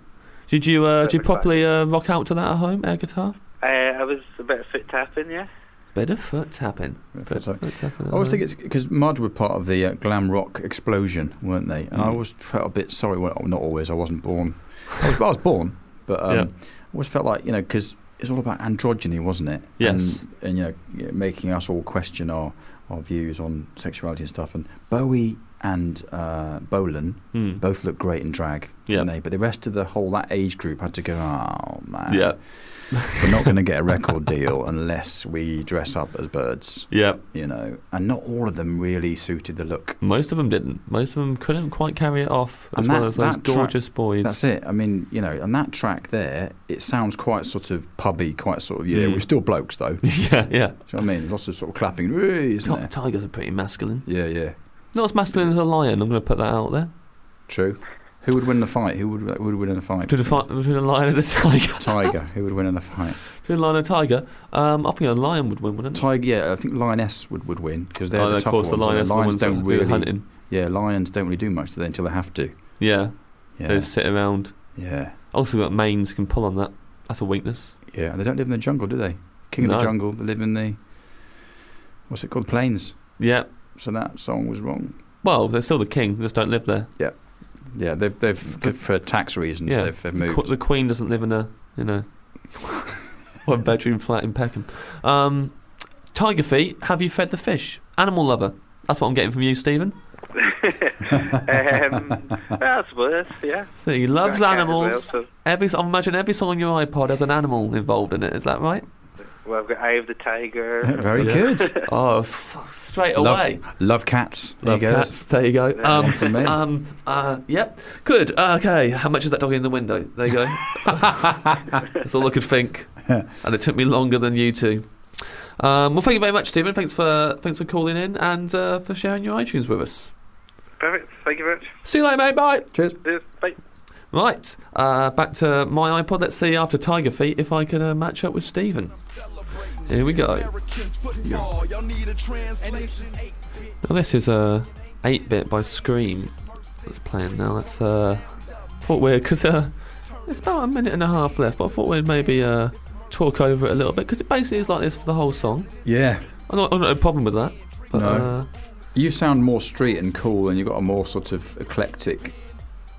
Did you, uh, did you Perfect. properly uh, rock out to that at home, air guitar? Uh, I was a bit foot tapping. Yeah. Bit of foot tapping. That's right. Foot tapping Uh-huh. at I always home. think it's because Mud were part of the uh, glam rock explosion, weren't they? And I Mm. always felt a bit sorry. Well, not always. I wasn't born. I was, I was born, but um, Yeah. I always felt like you know because it's all about androgyny, wasn't it? Yes. And, and you know, you know, making us all question our our views on sexuality and stuff. And Bowie and uh, Bolan Hmm. both look great in drag, Yeah. didn't they? But the rest of the whole that age group had to go. Oh man. Yeah. We're not going to get a record deal unless we dress up as birds Yeah. you know, and not all of them really suited the look. Most of them didn't. Most of them couldn't quite carry it off as And well that- as those that track- gorgeous boys. That's it. I mean, you know, and that track there, it sounds quite sort of pubby, quite sort of yeah. Mm. We're still blokes though. Do yeah, yeah. you know what I mean? Lots of sort of clapping, "Hey," isn't Ti- there? Tigers are pretty masculine. Yeah, yeah, Not as masculine as a lion. I'm going to put that out there. true. Who would win the fight? Who would who would win in a fight? Between a, fi- between a lion and a tiger. Tiger. Who would win in a fight? between a lion and a tiger. Um, I think a lion would win, wouldn't it? Tiger. Yeah, I think lioness would, would win because they're Oh, the of tough course, ones. the and lioness are the ones don't that do the really. hunting. Yeah, lions don't really do much do they, until they have to. Yeah, Yeah, they sit around. yeah, Also got manes can pull on that. That's a weakness. yeah. And they don't live in the jungle, do they? King of No. the jungle. They live in the what's it called? Plains. Yeah. so that song was wrong. Well, they're still the king. They just don't live there. Yeah, they've they've The- for tax reasons yeah, they've, they've The moved. qu- the Queen doesn't live in a you know one bedroom flat in Peckham. Um, tiger feet. Have you fed the fish? Animal lover. That's what I'm getting from you, Stephen. um, well, I suppose. Yeah. So he loves Got a cat as animals. Well, so, Every I imagine every song on your iPod has an animal involved in it. Is that right? well, I've got Eye of the Tiger. Very Yeah. good. Oh, f- straight Love- away. Love cats. There Love you go. cats. There you go. Um, One for me. um, uh, yep. Good. Uh, okay. How much is that dog in the window? There you go. That's all I could think, and it took me longer than you two. Um, well, thank you very much, Stephen. Thanks for thanks for calling in and uh, for sharing your iTunes with us. Perfect. Thank you very much. See you later, mate. Bye. Cheers. Cheers. Bye. Right, uh, back to my iPod. Let's see after Tiger Feet if I can uh, match up with Stephen. Here we go. Now this is a uh, 8-bit by Scream that's playing now. That's uh, thought weird because uh, it's about a minute and a half left, but I thought we'd maybe uh talk over it a little bit because it basically is like this for the whole song. Yeah. I've not, I've not a problem with that. But, No. uh, You sound more street and cool, and you've got a more sort of eclectic,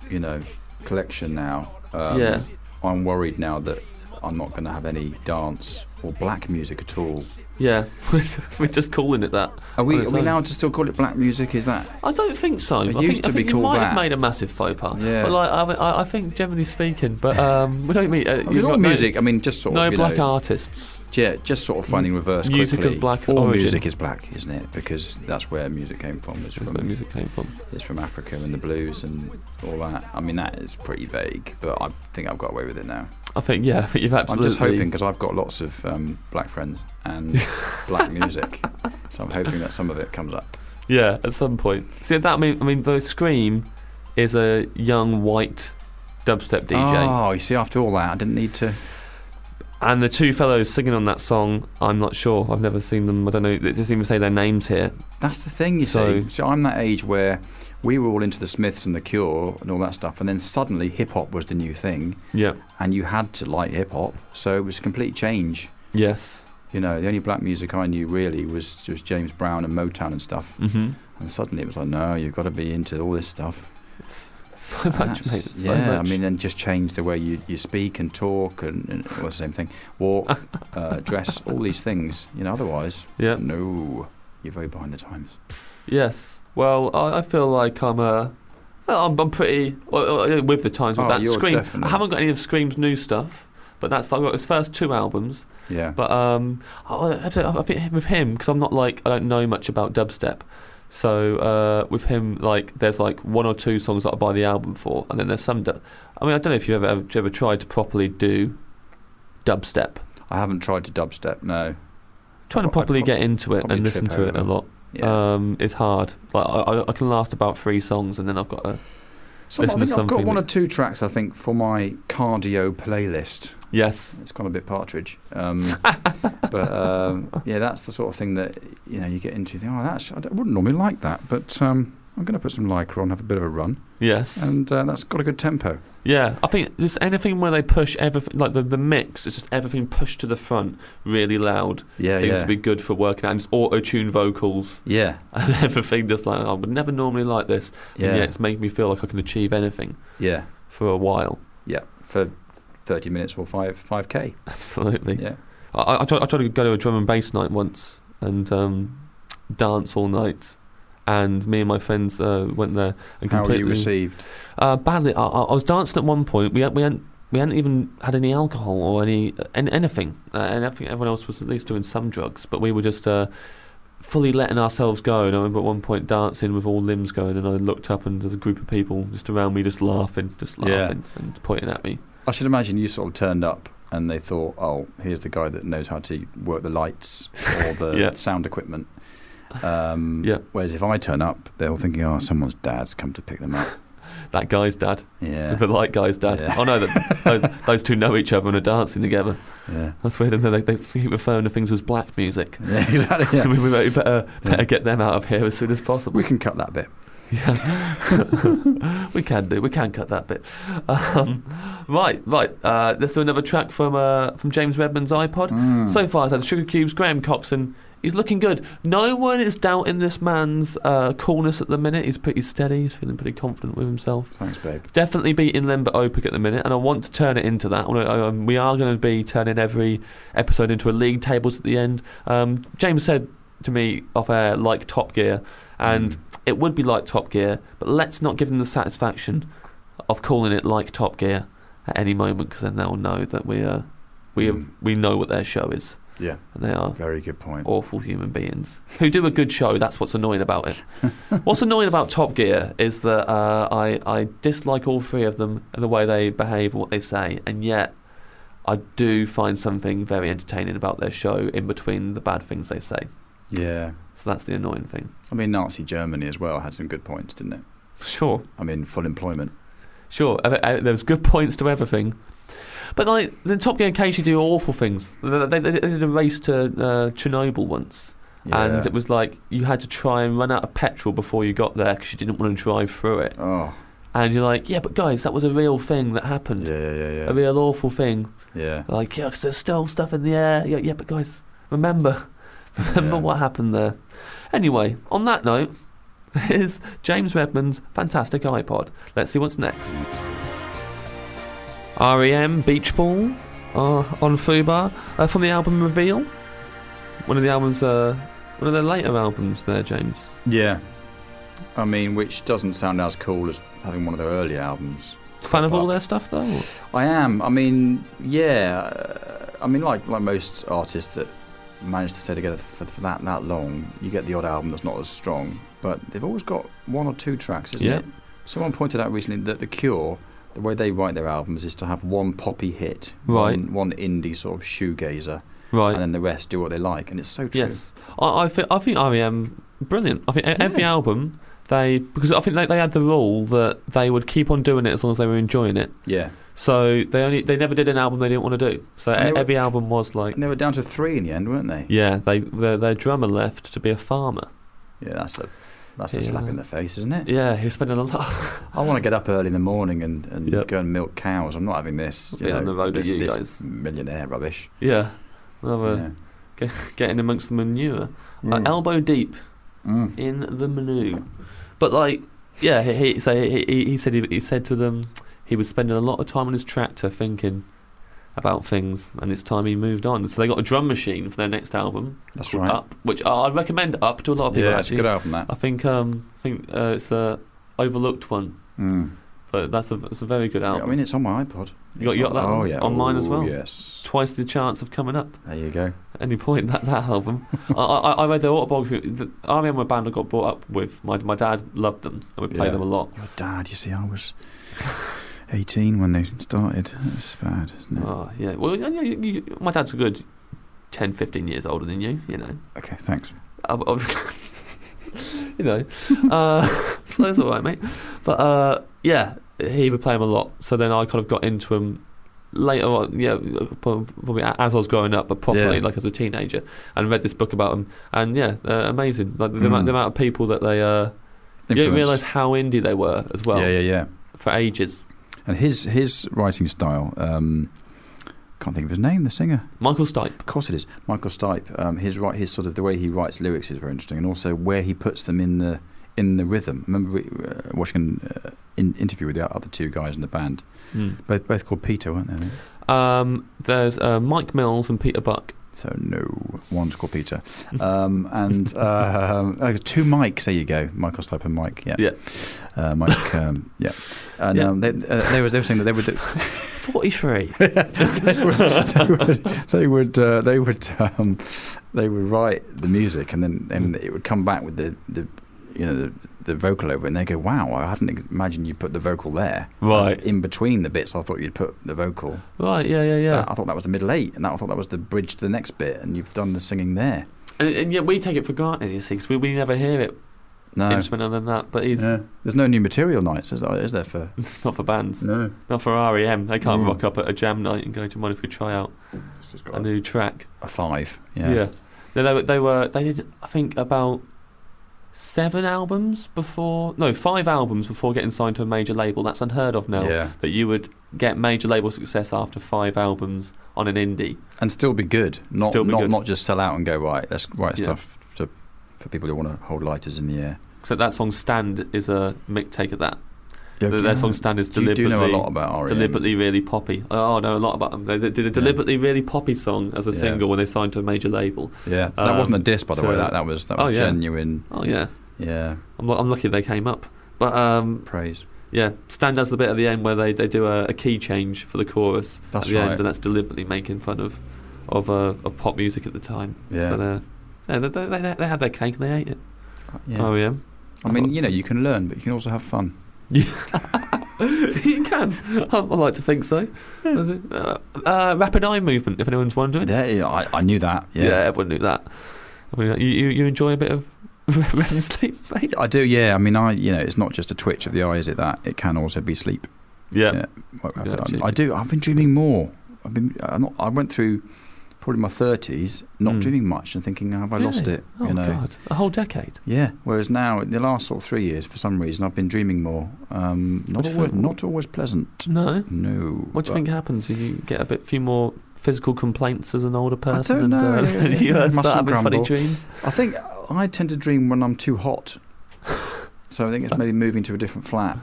you know, collection now. Um, Yeah. I'm worried now that I'm not going to have any dance or black music at all. yeah, we're just calling it that. Are on we, are its we own. allowed to still call it black music? Is that. I don't think so. It I used think, to I be think you called might have that. made a massive faux pas. Yeah. But like, I, mean, I, I think generally speaking, but um, we don't mean uh, I you've mean, all got no- music, I mean, just sort No of. you black know, artists. Yeah, just sort of finding reverse Music of quickly. black all origin. music is black, isn't it? Because that's where music came from. It's That's where from music came from. It's from Africa and the blues and all that. I mean, that is pretty vague, but I think I've got away with it now. I think yeah, but you've absolutely. I'm just hoping because I've got lots of um, black friends and black music, so I'm hoping that some of it comes up. Yeah, at some point. See that mean I mean the Scream is a young white dubstep DJ. Oh, you see, after all that, I didn't need to. And the two fellows singing on that song, I'm not sure. I've never seen them. I don't know. It doesn't even say their names here. That's the thing, you So- see. So I'm that age where we were all into the Smiths and the Cure and all that stuff, and then suddenly hip hop was the new thing, Yeah. and you had to like hip hop. So it was a complete change. Yes. You know, the only black music I knew really was just James Brown and Motown and stuff. Mm-hmm. And suddenly it was like, no, you've got to be into all this stuff. So And much, mate. that's- So yeah, much. I mean, and just change the way you, you speak and talk and, and well, it's the same thing. Walk, uh, dress, all these things. You know, otherwise, yeah. no, you're very behind the times. Yes. Well, I, I feel like I'm uh, I'm, I'm pretty well, uh, with the times with Oh, that you're Scream. definitely- I haven't got any of Scream's new stuff, but that's I've got his first two albums. Yeah. But um, I, I have to- I think with him because I'm not like I don't know much about dubstep. So uh, with him, like there's like one or two songs that I buy the album for, and then there's some. Du- I mean, I don't know if you have ever ever tried to properly do dubstep. I haven't tried to dubstep, no. Trying to I'd properly prob- get into it probably and listen trip to it a over. lot Yeah. um, is hard. Like I, I, I can last about three songs, and then I've got to Some, I listen to think I've got something one or that- two tracks, I think, for my cardio playlist. Yes. It's gone a bit partridge. Um, but um, yeah, that's the sort of thing that you know you get into. You think, oh, that's I don't- wouldn't normally like that, but um, I'm going to put some lycra on, have a bit of a run, Yes. and uh, that's got a good tempo. yeah. I think just anything where they push everything, like the, the mix, it's just everything pushed to the front really loud. Yeah, Seems yeah, to be good for working out. And just auto tune vocals yeah, and everything. Just like, I would never normally like this. And yet yeah, it's making me feel like I can achieve anything yeah, for a while. yeah. For thirty minutes or five five k. Absolutely. Yeah, I, I, I tried, I tried to go to a drum and bass night once and um, dance all night. And me and my friends uh, went there and how were completely. you received? Uh, badly. I, I I was dancing at one point. We had, we hadn't we hadn't even had any alcohol or any an anything, uh, and I think everyone else was at least doing some drugs. But we were just uh, fully letting ourselves go. And I remember at one point dancing with all limbs going, and I looked up and there's a group of people just around me, just laughing, just Yeah. laughing and pointing at me. I should imagine you sort of turned up and they thought, oh, here's the guy that knows how to work the lights or the Yeah. sound equipment. Um, Yeah. Whereas if I turn up, they're all thinking, oh, someone's dad's come to pick them up. That guy's dad, Yeah. the light guy's dad. Yeah. I know that those, those two know each other and are dancing together. yeah. That's weird. And they, they keep referring to things as black music. Yeah, exactly. yeah. we we better, better Yeah. get them out of here as soon as possible. We can cut that bit. Yeah, we can do. We can cut that bit. Um, right, right. Uh, let's do another track from uh, from James Redman's iPod. Mm. So far, it's had the Sugar Cubes, Graham Coxon. He's looking good. No one is doubting this man's uh, coolness at the minute. He's pretty steady. He's feeling pretty confident with himself. Thanks, babe. Definitely beating Lember Opic at the minute, and I want to turn it into that. Although, Um, we are going to be turning every episode into a league tables at the end. Um, James said to me off air, like Top Gear, and Mm. it would be like Top Gear, but let's not give them the satisfaction of calling it like Top Gear at any moment, because then they'll know that we uh, we Mm. we know what their show is, Yeah, and they are very good point. awful human beings who do a good show. That's what's annoying about it. what's annoying about Top Gear is that uh, I I dislike all three of them and the way they behave and what they say, and yet I do find something very entertaining about their show in between the bad things they say. Yeah. So that's the annoying thing. I mean, Nazi Germany as well had some good points, didn't it? Sure. I mean, full employment. Sure, ev- ev- there's good points to everything. But like the Top Gear occasionally do awful things. They, they, they did a race to uh, Chernobyl once, and it was like you had to try and run out of petrol before you got there because you didn't want to drive through it. oh And you're like, yeah, but guys, that was a real thing that happened, yeah yeah yeah a real awful thing. yeah. Like, yeah, 'cause there's still stuff in the air. Yeah, yeah but guys, remember, remember Yeah. what happened there. Anyway, on that note, here's James Redmond's fantastic iPod. Let's see what's next. REM Beach Ball uh, on Fubar uh, from the album Reveal. One of the albums, uh, one of their later albums, there, James. Yeah. I mean, which doesn't sound as cool as having one of their earlier albums. Fan of all Fubar. their stuff though. or- I am. I mean, yeah. uh, I mean, like like most artists that manage to stay together for, for that that long, you get the odd album that's not as strong, but they've always got one or two tracks, isn't Yeah. it? Someone pointed out recently that the Cure, the way they write their albums is to have one poppy hit, Right. one, one indie sort of shoegazer, Right. and then the rest do what they like, and it's so true. Yes, I, I think I think REM brilliant. I think e- every album they because I think they, they had the rule that they would keep on doing it as long as they were enjoying it. Yeah. So they only they never did an album they didn't want to do. So And they e- were- every album was like And they were down to three in the end, weren't they? yeah, they their, their drummer left to be a farmer. Yeah, that's a that's a Yeah. slap in the face, isn't it? Yeah, he was spending a lot. I want to get up early in the morning and, and Yep. go and milk cows. I'm not having this. Be on the road with this, you this guys. millionaire rubbish. yeah, another Yeah. getting amongst the manure, Uh, Mm. elbow deep. Mm. in the menu. But like, yeah, he, he so he, he he said he, he said to them he was spending a lot of time on his tractor thinking about things, and it's time he moved on. So they got a drum machine for their next album, That's called right. Up, which I I'd recommend Up to a lot of people. yeah, it's a actually, good album that. I think um, I think uh, it's a overlooked one, Mm. but that's a it's a very good I album. mean, it's on my iPod. You got- you It's got that Oh on- yeah, on mine as Oh, well? Yes. Twice the chance of coming up There you go. at any point. That that album, I, I I read their autobiography. The REM were a band I got brought up with. My my dad loved them, and we played Yeah. them a lot. Your dad. You see, I was 18 when they started. It's bad, isn't it? Oh, yeah. Well, yeah, you, you, my dad's a good 10, 15 years older than you, you know. Okay, thanks. I, I, you know. Uh, so that's all right, mate. But, uh, yeah, he would play him a lot. So then I kind of got into him later on, yeah, prob- probably a- as I was growing up, but properly, Yeah. like as a teenager, and read this book about him. And, yeah, uh, amazing. Like the, amount, Mm. the amount of people that they... Uh, you Influenced. don't realise how indie they were as well, yeah, yeah, yeah. for ages. And his his writing style. Um, can't think of his name. The singer. Michael Stipe. Of course it is. Michael Stipe, um, his right, his sort of the way he writes lyrics is very interesting, and also where he puts them in the in the rhythm. I remember we, uh, watching an uh, in, interview with the other two guys in the band, both both called Peter, weren't they? Um, there's uh, Mike Mills and Peter Buck. So no, one's called Peter, um, and uh, um, oh, two mics. There you go, Michael Stipe and Mike. Yeah, Yeah. uh, Mike. Um, yeah, and Yeah. Um, they, uh, they were they were saying that they would. 43. they would they would they would, uh, they, would um, they would write the music and then and it would come back with the, the you know the, the vocal over it and they go wow I hadn't imagined you put the vocal there That's Right. in between the bits I thought you'd put the vocal Right, yeah, yeah, yeah. That- I thought that was the middle eight and that, I thought that was the bridge to the next bit and you've done the singing there And, and yet we take it for granted, you see, 'cause we, we never hear it no instrumental than that. But he's Yeah. there's no new material nights is there, is there for not for bands, no not for REM. They can't Mm. rock up at a jam night and go, do you mind if we try out it's just a got a, new track? a five yeah No, they, were- they were, they did, I think, about seven albums before, no, five albums before getting signed to a major label. That's unheard of now. yeah That you would get major label success after five albums on an indie. and still be good, not Still be not good. not just sell out and go right. Let's write Yeah. stuff to, for people who want to hold lighters in the air. So that song "Stand" is a mick take at that. That Their song "Stand" is you deliberately do know a lot about E REM. deliberately really poppy. Oh, I know a lot about them. They they did a deliberately really poppy song as a Yeah. single when they signed to a major label. Yeah, that um, wasn't a diss, by the way. to- That that was that Oh, was yeah. genuine. Oh yeah, Yeah, I'm, lu- I'm lucky they came up. But um, praise. yeah, stand does the bit at the end where they, they do a, a key change for the chorus That's at the right. end, and that's deliberately making fun of of, uh, of pop music at the time. Yeah. So they're- yeah, they, they, they, they had their cake and they ate it. Yeah. Oh yeah, I mean, you know, you can learn, but you can also have fun. you can. I, I like to think so. Uh, uh, rapid eye movement, if anyone's wondering. Yeah, yeah, I, I knew that. Yeah, Yeah. everyone knew that. I mean, you, you, you enjoy a bit of REM sleep, mate? I do. Yeah, I mean, I you know, it's not just a twitch of the eye, is it? That it can also be sleep. Yeah. Yeah. Won't wrap Yeah, it up. cheap. I do. I've been dreaming more. I've been. I'm not, I went through probably my thirties not Mm. dreaming much and thinking, have I lost Really? it? Oh you know. God, a whole decade. Yeah. Whereas now, in the last sort of three years, for some reason, I've been dreaming more. Um, What not do you always, think? not always pleasant. No. No. What do you but- think happens? Do you get a bit few more physical complaints as an older don't person? know. And, uh, you uh, Muscle start having funny grumble. dreams. I think I tend to dream when I'm too hot. So I think it's maybe moving to a different flat.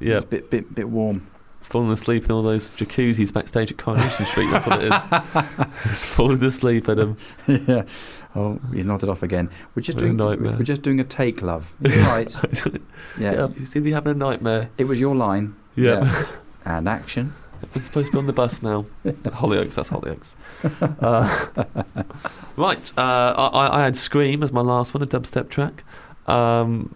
Yeah, It's a bit, bit, bit warm. falling asleep in all those jacuzzis backstage at Coronation Street. That's what it is. Just falling asleep in them. yeah. Oh, he's nodded off again. We're just What a doing. nightmare. We're just doing a take, love. You're right. Yeah. Yeah, you seem to be having a nightmare. It was your line. Yeah. And action. I'm supposed to be on the bus now. Hollyoaks, that's Hollyoaks. Uh, right, uh, I, I had Scream as my last one, a dubstep track. Um,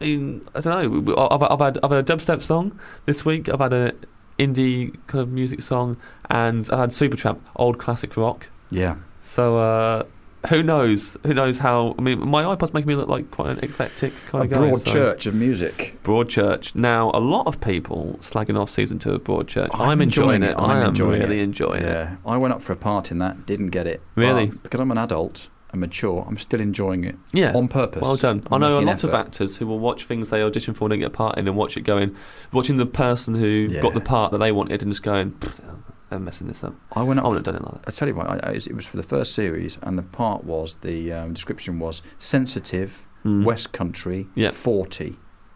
in, I don't know. I've, I've had I've had a dubstep song this week. I've had a indie kind of music song, and I had Supertramp, old classic rock. Yeah. So uh, who knows? Who knows how? I mean, my iPod's making me look like quite an eclectic kind a of guy. broad so- church of music. Broadchurch. Now, a lot of people slagging off season two of Broadchurch. I'm, I'm enjoying, enjoying it. it. I I'm am enjoying really enjoying it. Yeah. uh, I went up for a part in that. Didn't get it. Really? But because I'm an adult and mature, I'm still enjoying it Yeah. on purpose. well done. I I'm know a making lot of effort. actors who will watch things they audition for and don't get a part in and watch it going, watching the person who Yeah. got the part that they wanted and just going, "Pfft, I'm messing this up. I went I up. wouldn't have done it like that. I tell you what, I, I, it was for the first series, and the part was the um, description was sensitive, Mm. West Country, Yeah. 40.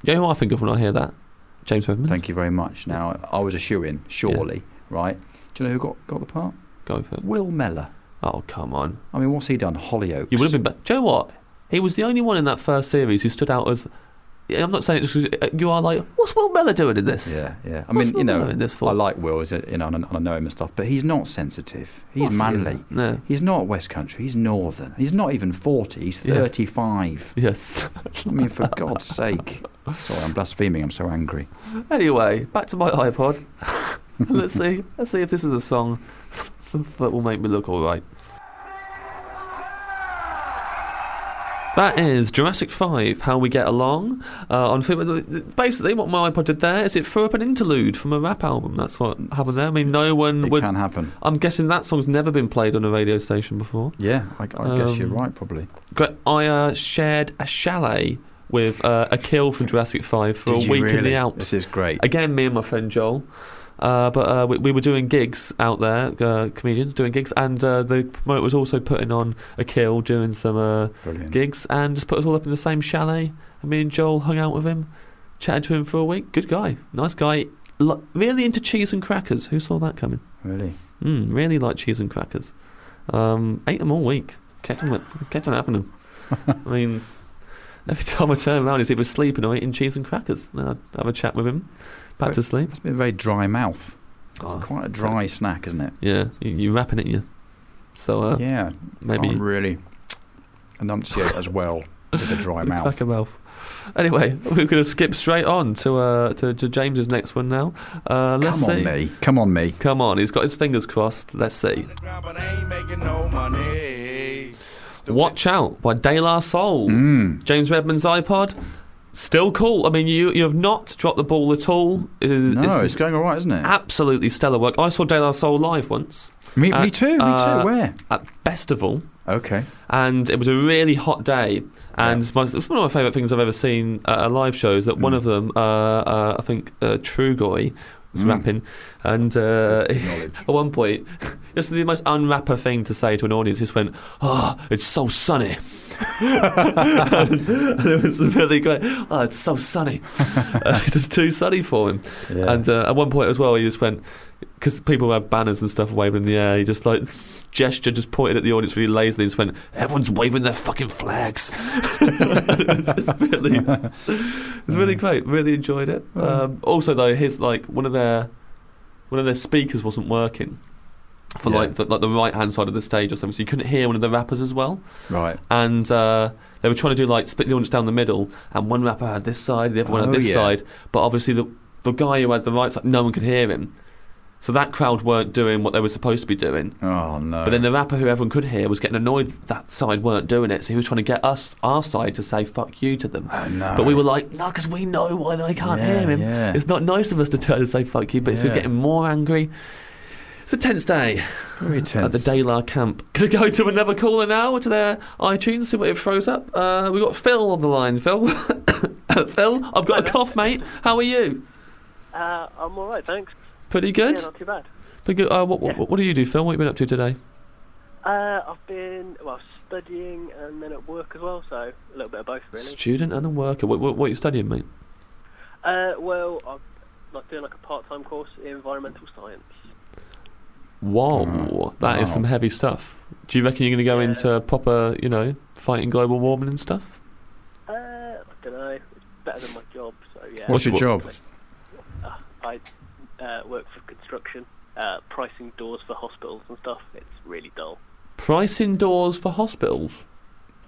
You know who I think of when I hear that? James Redmond. Thank you very much. Now, I was a shoe in, surely, right? Do you know who got, got the part? Go for it. Will Meller. Oh, come on. I mean, what's he done? Hollyoaks. You would have been back. Do you know what? He was the only one in that first series who stood out as. I'm not saying it's uh, you are like, what's Will Meller doing in this? Yeah, yeah. I What's mean, you Will know, Meller in this for? I like Will, as a, you know, and I know him and stuff, but he's not sensitive. He's What's he in manly. that? No. He's not West Country. He's Northern. He's not even 40. He's Yeah. 35. Yes. I mean, for God's sake. Sorry, I'm blaspheming. I'm so angry. Anyway, back to my iPod. let's see. Let's see if this is a song that will make me look all right. That is Jurassic 5, How We Get Along. Uh, on film, Basically, what my iPod did there is it threw up an interlude from a rap album. That's what happened there. I mean, no one It would. can happen. I'm guessing that song's never been played on a radio station before. Yeah, I, I guess you're Um, right, probably. Great. I uh, shared a chalet with uh, a kill from Jurassic 5 for a week in the Alps. This is great. Again, me and my friend Joel. Uh, but uh, we, we were doing gigs out there, uh, comedians doing gigs, and uh, the promoter was also putting on a kill doing some uh, Brilliant. gigs and just put us all up in the same chalet. And me and Joel hung out with him, chatted to him for a week. Good guy, nice guy. Lo- really into cheese and crackers. Who saw that coming? Really? Mm, really like cheese and crackers. Um, ate them all week. Kept on, kept on having them. I mean, every time I turn around, he's either sleeping or eating cheese and crackers. Then I'd have a chat with him. Back to sleep. Must be a very dry mouth. It's Oh, quite a dry snack, isn't it? yeah, you, you're wrapping it, you. So uh, yeah. maybe Can't really enunciate as well with a dry crack mouth. a mouth. Anyway, we're going to skip straight on to uh, to, to James's next one now. Uh, let's Come on see. me. Come on me. Come on, he's got his fingers crossed. Let's see. Watch Out by De La Soul. Hmm. James Redman's iPod. Still cool. I mean, you you have not dropped the ball at all. It is- No, it's, it's going all right, isn't it? absolutely stellar work. I saw De La Soul live once me, me at, too. Me too. uh, Where? at Festival. Okay. and it was a really hot day. And my, it's one of my favourite things I've ever seen at a live show is that one of them, uh, uh, I think uh, Trugoy was rapping, and uh, at one point, just the most unrapper thing to say to an audience, just went, "Oh, it's so sunny." and it was really great. Oh, it's so sunny. Uh, it's just too sunny for him. Yeah. And uh, at one point as well, he just went because people had banners and stuff waving in the air. He just like gesture, just pointed at the audience really lazily, and just went, "Everyone's waving their fucking flags." it's just really, it's really Mm. great. Really enjoyed it. Um, also, though, his like one of their one of their speakers wasn't working. For Yeah. like the, like the right hand side of the stage or something, so you couldn't hear one of the rappers as well Right. and uh, they were trying to do like split the audience down the middle, and one rapper had this side, the other one Oh, had this yeah. side, but obviously the the guy who had the right side, no one could hear him. So that crowd weren't doing what they were supposed to be doing. Oh no! But then the rapper who everyone could hear was getting annoyed that, that side weren't doing it, so he was trying to get us, our side, to say fuck you to them. oh, no. But we were like, no, because we know why they can't Yeah, hear him. yeah. It's not nice of us to turn and say fuck you, but it's Yeah. getting more angry. It's a tense day very tense. at the Daylar camp. Gonna go to another caller now to their iTunes, see what it throws up. Uh, we've got Phil on the line. Phil, Phil, I've got a cough, mate. How are you? Uh, I'm all right, thanks. Pretty good. Yeah, not too bad. Pretty good. Uh, what, what, Yeah. what do you do, Phil? What have you been up to today? Uh, I've been well studying and then at work as well, so a little bit of both really. Student and a worker. What, what, what are you studying, mate? Uh, well, I'm like doing like a part-time course in environmental science. Whoa, that is Wow. some heavy stuff. Do you reckon you're going to go Yeah. into proper, you know, fighting global warming and stuff? Uh, I don't know, it's better than my job, so yeah. What's your job? I uh, work for construction, uh, pricing doors for hospitals and stuff. It's really dull. Pricing doors for hospitals.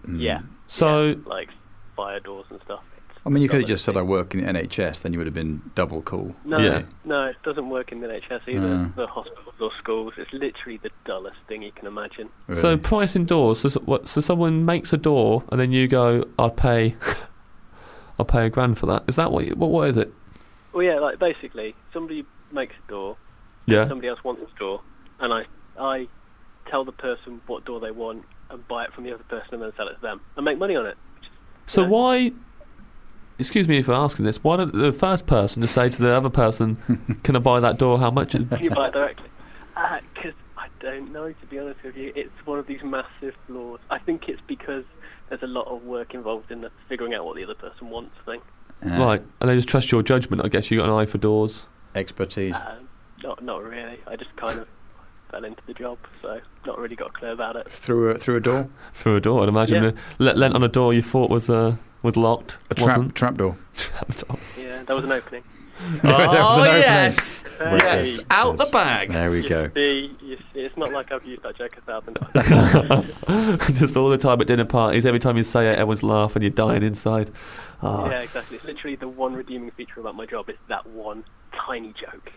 Mm. Yeah. So, like fire doors and stuff. It's I mean, you could have rubbish. just said I work in the NHS, then you would have been double cool. No, Yeah. Hmm. no, it doesn't work in the NHS either. No. The hospitals or schools. It's literally the dullest thing you can imagine. so really. pricing doors. So, so, what, so someone makes a door, and then you go, "I'll pay, I'll pay a grand for that." Is that what? You, what, what is it? Well, yeah, like basically, somebody makes a door, Yeah. somebody else wants a door, and I, I tell the person what door they want and buy it from the other person and then sell it to them and make money on it. So yeah. why? Excuse me for asking this. Why don't the first person to say to the other person, "Can I buy that door? How much?" Can you buy it directly? Because I don't know, to be honest with you. It's one of these massive flaws. I think it's because there's a lot of work involved in the figuring out what the other person wants thing. Yeah. Right, and they just trust your judgment. I guess you got an eye for doors. Expertise. Um, not, not really. I just kind of fell into the job, so not really got a clue about it. Through a, through a door? Through a door, I'd imagine. Yeah. Le- lent on a door you thought was uh, was locked. A trap, Wasn't. Oh, trap door. Trapped on. Yeah, there was an opening. Uh, was an oh opening. yes, Hey, yes, Yes. out the bag. There we go. See, you see, it's not like I've used that joke a thousand times. Just all the time at dinner parties. Every time you say it, everyone's laughing. You're dying inside. Ah. yeah, exactly. It's literally the one redeeming feature about my job is that one tiny joke.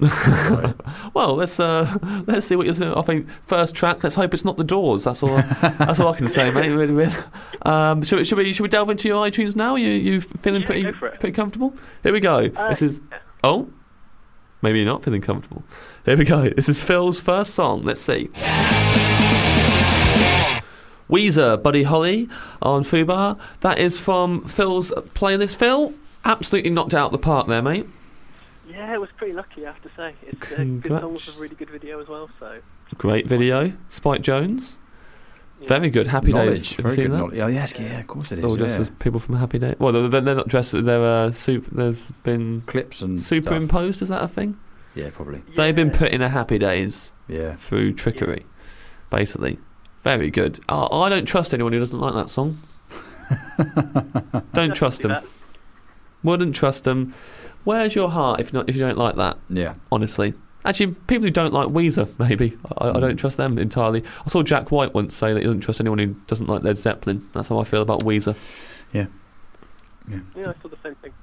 Well, let's uh, let's see what you're saying. I think first track. Let's hope it's not the Doors. That's all. that's all I can say, mate. Really, really. Um, should, we- should we should we delve into your iTunes now? You you feeling Yeah, pretty go for it. pretty comfortable? Here we go. Uh, this is oh, maybe you're not feeling comfortable. Here we go. This is Phil's first song. Let's see. Weezer, Buddy Holly on Fubar. That is from Phil's playlist. Phil, absolutely knocked it out of the park there, mate. yeah, it was pretty lucky, I have to say. It's a good song with Congrats. a really good video as well, so. Great video. Spike Jones. yeah. Very good. Happy Days. knowledge. Have you Very seen good that? knowledge. Yeah, yes, yeah, of course it is. They're all dressed yeah. as people from Happy Days. Well, they're, they're not dressed. They're uh, super. There's been clips and Mm, stuff. superimposed. Is that a thing? Yeah, probably. They've been Yeah. put in a Happy Days Yeah. through trickery, basically. Very good. I I don't trust anyone who doesn't like that song. don't trust Do them. that. Wouldn't trust them. Where's your heart if not if you don't like that? Yeah. honestly. Actually, people who don't like Weezer, maybe. I, I don't trust them entirely. I saw Jack White once say that he doesn't trust anyone who doesn't like Led Zeppelin. That's how I feel about Weezer. Yeah, I saw the same thing.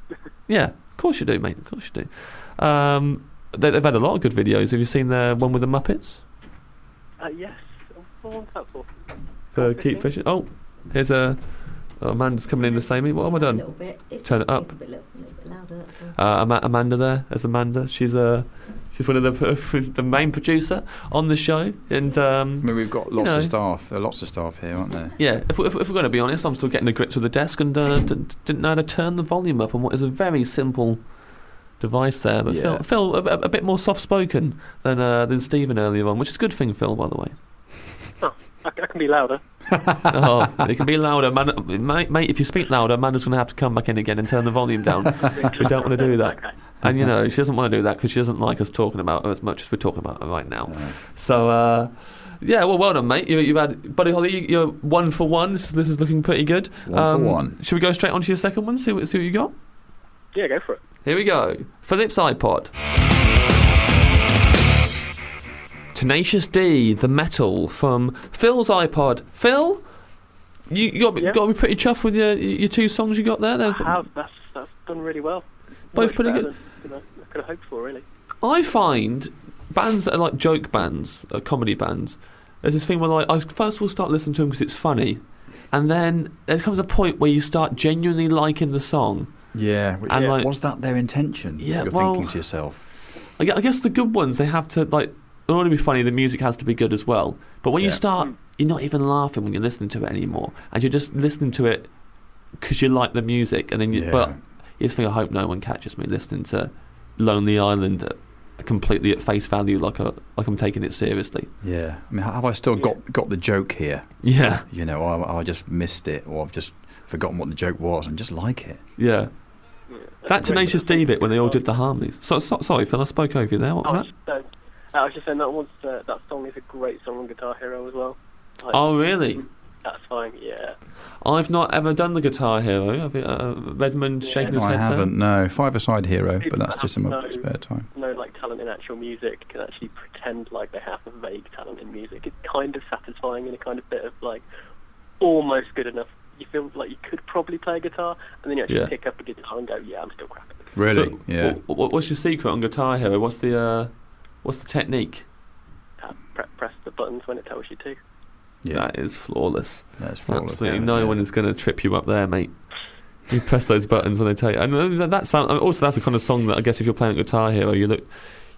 Yeah, of course you do, mate. Of course you do. Um, they, they've had a lot of good videos. Have you seen the one with the Muppets Uh, yes. What was that for? for Keep Fishing? Oh, here's a, oh, Amanda's coming in to say me. What have I A done? little bit. It's Turn just- it up. It's a bit, little, little bit louder. That's all. Uh, Ama- Amanda there. There's Amanda. She's uh, she's one of the the main producer on the show. And I um, mean, we've got lots know. of staff. There are lots of staff here, aren't there? Yeah, if, we- if, if we're going to be honest, I'm still getting to grips with the desk and uh, d- d- didn't know how to turn the volume up on what is a very simple device there. But Yeah. Phil, Phil a, a bit more soft spoken than uh, than Stephen earlier on, which is a good thing, Phil, by the way. I, I can be louder. oh, it can be louder, man. Mate, mate, if you speak louder, Amanda's going to have to come back in again and turn the volume down. we don't want to do that. Okay. And, you know, she doesn't want to do that because she doesn't like us talking about her as much as we're talking about her right now. No. So, uh, yeah, well, well done, mate. You, you've had Buddy Holly. you- You're one for one. This, is- this is looking pretty good. Um, One for one. Should we go straight on to your second one? See what, see what you got. Yeah, go for it. Here we go. Phillips iPod. Tenacious D, the metal from Phil's iPod. Phil, you you got, Yeah. got to be pretty chuffed with your your two songs you got there. They're- I have. That's, that's done really well. Both Much pretty better good. Than, you know, I could have hoped for, really. I find bands that are like joke bands, uh, comedy bands. There's this thing where like I first of all start listening to them because it's funny, and then there comes a point where you start genuinely liking the song. Yeah, which And, like- was that their intention? Yeah, you're well- thinking to yourself. I gue- I guess the good ones they have to like. In order to be funny, the music has to be good as well. But when you Yeah. start, you're not even laughing when you're listening to it anymore, and you're just listening to it because you like the music. And then, you, yeah. but Here's the thing I hope no one catches me listening to Lonely Island uh, completely at face value, like a, like I'm taking it seriously. yeah. I mean, ha- have I still got got the joke here? Yeah, You know, I, I just missed it, or I've just forgotten what the joke was, and just like it. yeah. Yeah. That Tenacious D bit when they all did the harmonies. So, so, sorry, Phil, I spoke over you there. What I was was, that? just, saying- Oh, uh, I was just saying that once uh, that song is a great song on Guitar Hero as well. Like, Oh, really? That's fine. Yeah. I've not ever done the Guitar Hero. Have you, uh, Redmond Yeah. shaking No, his I head haven't. No, five-a-side hero, but People that's just in my have no- spare time. No, like talent in actual music can actually pretend like they have a vague talent in music. It's kind of satisfying and a kind of bit of like almost good enough. You feel like you could probably play guitar, and then you actually Yeah. pick up a guitar and go, "Yeah, I'm still crap." at it." there. Really? So, yeah. wh- wh- what's your secret on Guitar Hero? What's the uh, what's the technique? Uh, pre- press the buttons when it tells you to. yeah. That is flawless. that's flawless, Absolutely, yeah. no Yeah. one is going to trip you up there, mate. You press those buttons when they tell you. And uh, that, that sound, I mean, also, that's the kind of song that I guess if you're playing guitar hero, you look,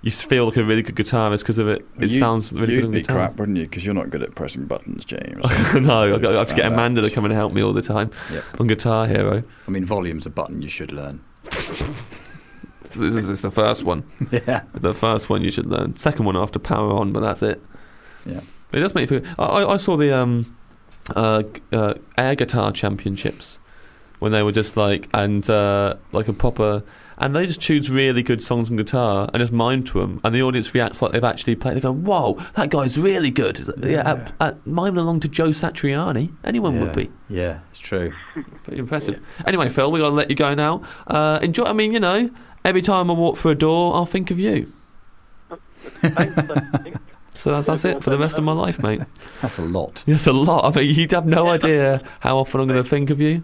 you feel like a really good guitarist because of it. It You- sounds really You'd good on be guitar. crap, wouldn't you? Because you're not good at pressing buttons, James. no, I've got- I have to get Found Amanda out. to come and help me all the time Yep. on Guitar Hero. I mean, volume's a button you should learn. This is, this is the first one. yeah. The first one you should learn. Second one after Power On, but that's it. Yeah. But it does make you feel. I, I- I saw the um, uh, g- uh, Air Guitar Championships when they were just like and uh, like a proper, and they just choose really good songs on guitar and just mime to them, and the audience reacts like they've actually played. They go, "Whoa, that guy's really good." It's like, Yeah, Yeah. uh, uh, mime along to Joe Satriani. Anyone would be Yeah, it's true. pretty impressive. Anyway, Phil, we gotta let you go now. Uh, enjoy. I mean, you know, every time I walk through a door, I'll think of you. Thanks, I think. So that's, that's it for the rest of my life, mate. That's a lot. Yes, a lot. I mean, you'd have no idea how often I'm going to think of you.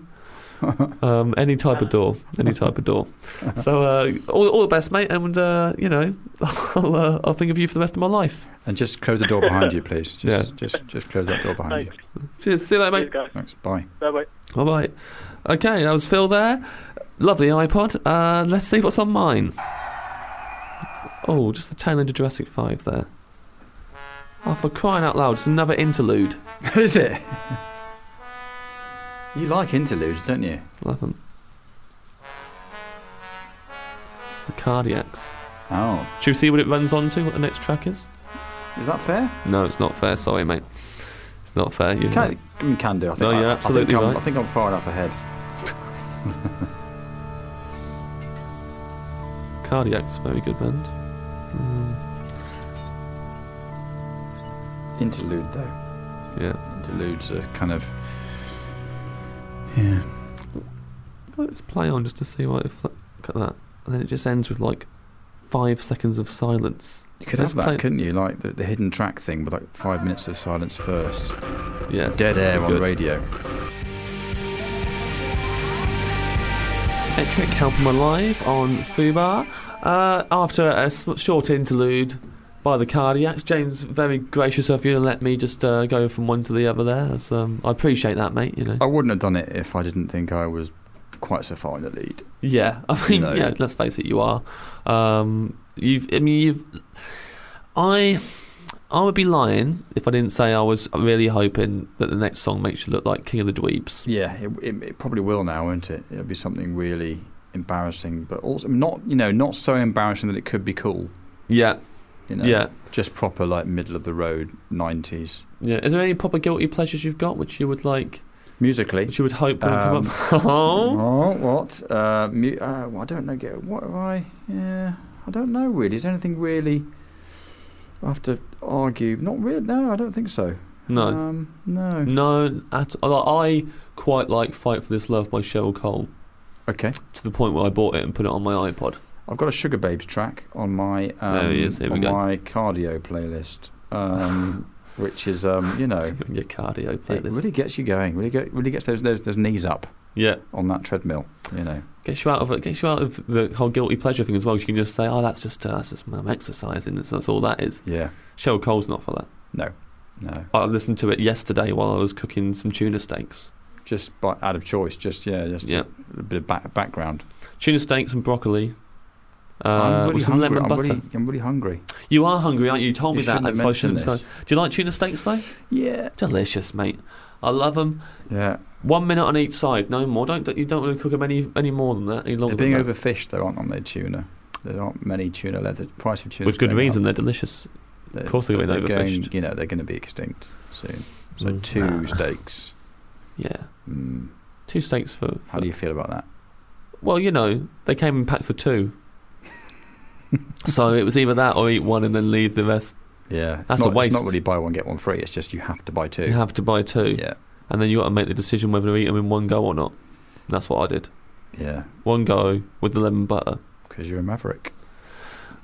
Um, any type of door, any type of door. So, uh, all, all the best, mate, and uh, you know, I'll, uh, I'll think of you for the rest of my life. And just close the door behind you, please. Just, Yeah. just, just close that door behind you. Thanks. See, see you later, mate. Cheers, guys. Thanks. Bye. Bye-bye. All right. Okay, that was Phil there. Lovely iPod. Uh, let's see what's on mine. Oh, just the tail end of Jurassic 5 there. Oh, for crying out loud, it's another interlude. Is it? You like interludes, don't you? Love 'em. It's the Cardiacs. Oh, Should we see what it runs on to, what the next track is? is that fair? No, it's not fair. Sorry, mate. It's not fair. You Can, you can do. I think. No, I, you're I absolutely think I'm, right. I think I'm far enough ahead. Cardiac's a very good band. Interlude though. Yeah. Interludes are kind of. Let's play on just to see what if that, look at that. And then it just ends with like five seconds of silence. You could Let's have that, play- couldn't you? Like the, the hidden track thing with like five minutes of silence first. Yes. Dead air on good. the radio. Electric Help 'Em Alive on Fubar. Uh, after a s- short interlude by the Cardiacs, James, very gracious of you to let me just uh, go from one to the other there. That's, um, I appreciate that, mate. You know. I wouldn't have done it if I didn't think I was quite so far in the lead. Yeah, I mean, No. yeah. Let's face it, you are. Um, you've, I mean, you've. I, I would be lying if I didn't say I was really hoping that the next song makes you look like King of the Dweebs. Yeah, it, it, it probably will now, won't it? It'll be something really embarrassing, but also not you know not so embarrassing that it could be cool. Yeah, You know, yeah, just proper like middle of the road '90s yeah. Is there any proper guilty pleasures you've got which you would like, musically. which you would hope would come Um, up? oh, Oh, what? Uh, mu- uh, well, I don't know. get- What have I? Yeah, I don't know really. Is there anything really? I have to argue. Not really. No, I don't think so. no, Um, no. no. At, although I quite like "Fight for This Love" by Cheryl Cole Okay. to the point where I bought it and put it on my iPod. I've got a Sugar Babes track on my um, There he is, here we on go. my cardio playlist, um, which is um, you know Your cardio it playlist. really gets you going. Really, get, really gets those, those those knees up Yeah. on that treadmill. You know, Gets you out of it. Gets you out of the whole guilty pleasure thing as well. 'cause you can just say, "Oh, that's just uh, that's just um, exercising. That's, that's all that is." yeah, Cheryl Cole's not for that. no, no, I listened to it yesterday while I was cooking some tuna steaks. just by, out of choice. Just yeah, just Yeah. a bit of back, background. Tuna steaks and broccoli. Uh, I'm really with some hungry. lemon I'm butter. Really, I'm really hungry. You are hungry, aren't you? You told me You that. shouldn't have and so I shouldn't mentioned say. Do you like tuna steaks though? Yeah, Delicious, mate. I love them. yeah. One minute on each side, no more. Don't you don't want to cook them any any more than that, any longer. They're being than that. overfished, though, aren't they? Tuna. There aren't many tuna left. The price of tuna with good reason. They're delicious. Of course, they're going to be overfished. you know, they're going to be extinct soon. So Mm. two Nah. steaks. Yeah, Mm. two steaks for. How do you feel about that? Well, you know, they came in packs of two. so it was either that or eat one and then leave the rest. Yeah, it's That's a not, It's waste. not really buy one get one free. It's just you have to buy two. You have to buy two, Yeah, and then you got to make the decision whether to eat them in one go or not. And that's what I did. yeah, One go with the lemon butter, because you're a maverick.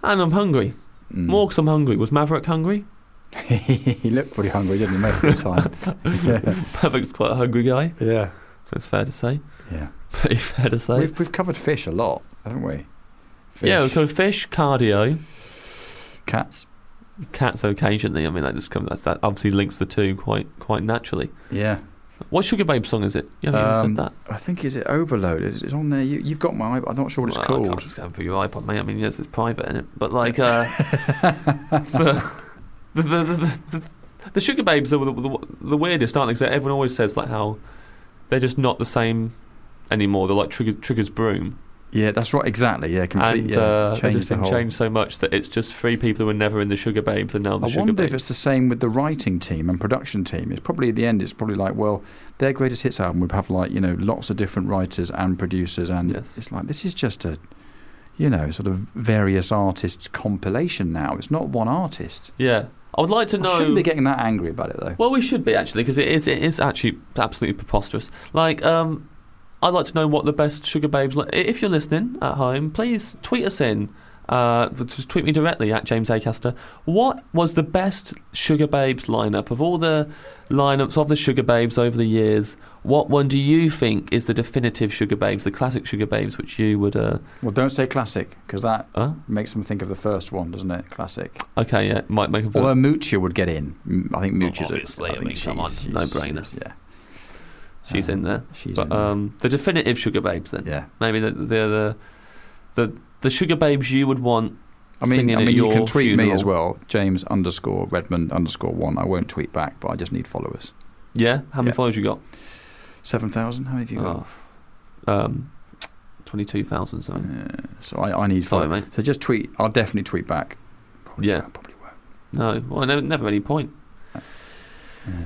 and I'm hungry. Mm. More 'cause I'm hungry. Was Maverick hungry? he looked pretty hungry, didn't he? Most of the time. yeah, Maverick's quite a hungry guy. yeah, It's fair to say. yeah. Pretty fair to say. We've, we've covered fish a lot, haven't we? Fish, Yeah, we've covered fish, cardio, cats. cats occasionally. I mean, that just comes. That's, that obviously links the two quite quite naturally. Yeah, What Sugar Babe song is it? You haven't Um, even said that. I think is it overload? Is it on there? You, you've got my. iP- I'm not sure what it's Well, I called. can't just go for your iPod, mate. I mean, yes, it's private in it, but like uh, the, the, the, the, the, the Sugar Babes are the, the, the weirdest, aren't they? 'Cause everyone always says like how they're just not the same anymore. They're like Trigger, Trigger's broom. Yeah, that's right. Exactly. Yeah, completely. and yeah, uh, changed it's just the been whole- changed so much that it's just three people who were never in the Sugar Babes and now the I Sugar wonder if Babes. it's the same with the writing team and production team. It's probably at the end. It's probably like, well, their greatest hits album would have like you know lots of different writers and producers, and Yes. it's like this is just a, you know, sort of various artists compilation now. It's not one artist. yeah, I would like to I shouldn't know. be getting that angry about it though. well, we should be actually because it is it is actually absolutely preposterous. Like, um, I'd like to know what the best Sugar Babes. Li- if you're listening at home, please tweet us in. Uh, just tweet me directly at James Acaster. What was the best Sugar Babes lineup of all the lineups of the Sugar Babes over the years? What one do you think is the definitive Sugar Babes, the classic Sugar Babes, which you would? Uh, Well, don't say classic because that uh? makes them think of the first one, doesn't it? Classic. Okay, yeah, might make a vote. Although Mucha would get in. Mm, I think Mucha's a- obviously, I think mean, come she's- on, no she's- brainer. Yeah, She's um, in there. she's But in there. um, the definitive Sugar Babes, then yeah. maybe the the, the the the Sugar Babes you would want. I mean, singing I at mean, you your can tweet me as funeral. well, James underscore Redmond underscore one. I won't tweet back, but I just need followers. Yeah, how many Yeah. followers you got? Seven thousand? How many have you got? Oh, um, twenty-two thousand. So Yeah, so I, I need sorry, followers. mate. So just tweet. I'll definitely tweet back. Probably Yeah. won't, probably won't. No, well, no, never any point. Yeah.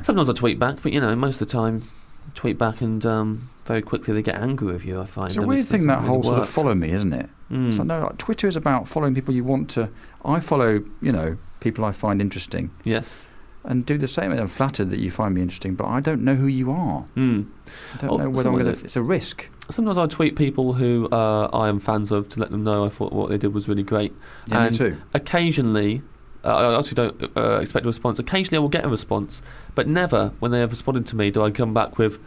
Sometimes I tweet back, but you know, most of the time, tweet back and um, very quickly they get angry with you. I find It's a and weird this thing doesn't that really whole sort of work. follow me, isn't it? Mm. So no, like, Twitter is about following people you want to. I follow, you know, people I find interesting, Yes. and do the same. And I'm flattered that you find me interesting, but I don't know who you are. Mm. I don't Oh, know whether I'm someone going that- to. It's a risk. Sometimes I tweet people who uh, I am fans of to let them know I thought what they did was really great. Yeah, me and too. occasionally, uh, I actually don't uh, expect a response. Occasionally, I will get a response, but never when they have responded to me do I come back with.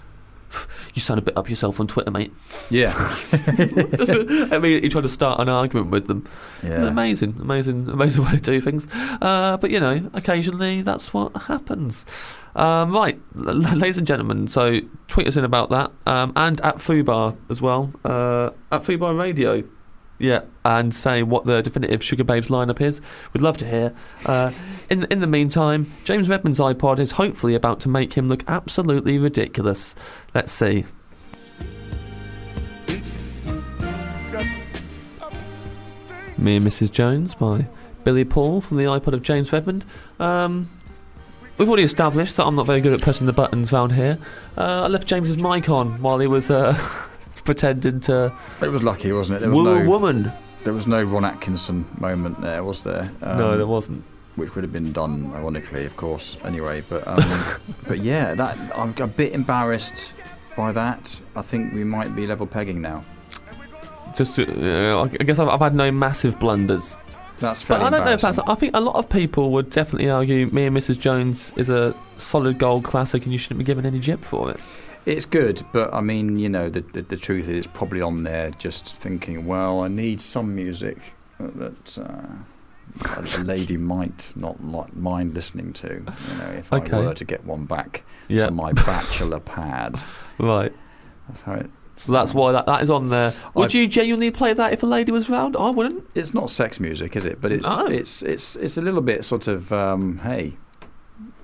You sound a bit up yourself on Twitter, mate. Yeah. Just, I mean, you try to start an argument with them. It's yeah. Amazing, amazing, amazing way to do things. Uh, but you know, occasionally that's what happens. Um, right, l- l- ladies and gentlemen. So tweet us in about that, um, and at Fubar as well, uh, at Fubar Radio. Yeah, and say what the definitive Sugar Babes lineup is. We'd love to hear. Uh, in in the meantime, James Redman's iPod is hopefully about to make him look absolutely ridiculous. Let's see. Me and Mrs. Jones by Billy Paul from the iPod of James Redmond. Um, we've already established that I'm not very good at pressing the buttons round here. Uh, I left James's mic on while he was uh, pretending to It was lucky, wasn't it? There was woo no- a woman. There was no Ron Atkinson moment there, was there? Um, no, there wasn't. Which would have been done, ironically, of course. Anyway, but um, but yeah, that I'm a bit embarrassed by that. I think we might be level pegging now. Just, uh, I guess I've, I've had no massive blunders. That's fair. But I don't know if that's. I think a lot of people would definitely argue Me and Mrs. Jones is a solid gold classic and you shouldn't be given any jip for it. It's good, but I mean, you know, the, the, the truth is it's probably on there just thinking, well, I need some music that uh, a lady might not like, mind listening to. You know, if Okay. I were to get one back Yeah. to my bachelor pad, Right. that's how it. So that's why that, that is on there. Would I've- you genuinely play that if a lady was round? I wouldn't. It's not sex music, is it? But it's No. it's it's it's a little bit sort of um, hey,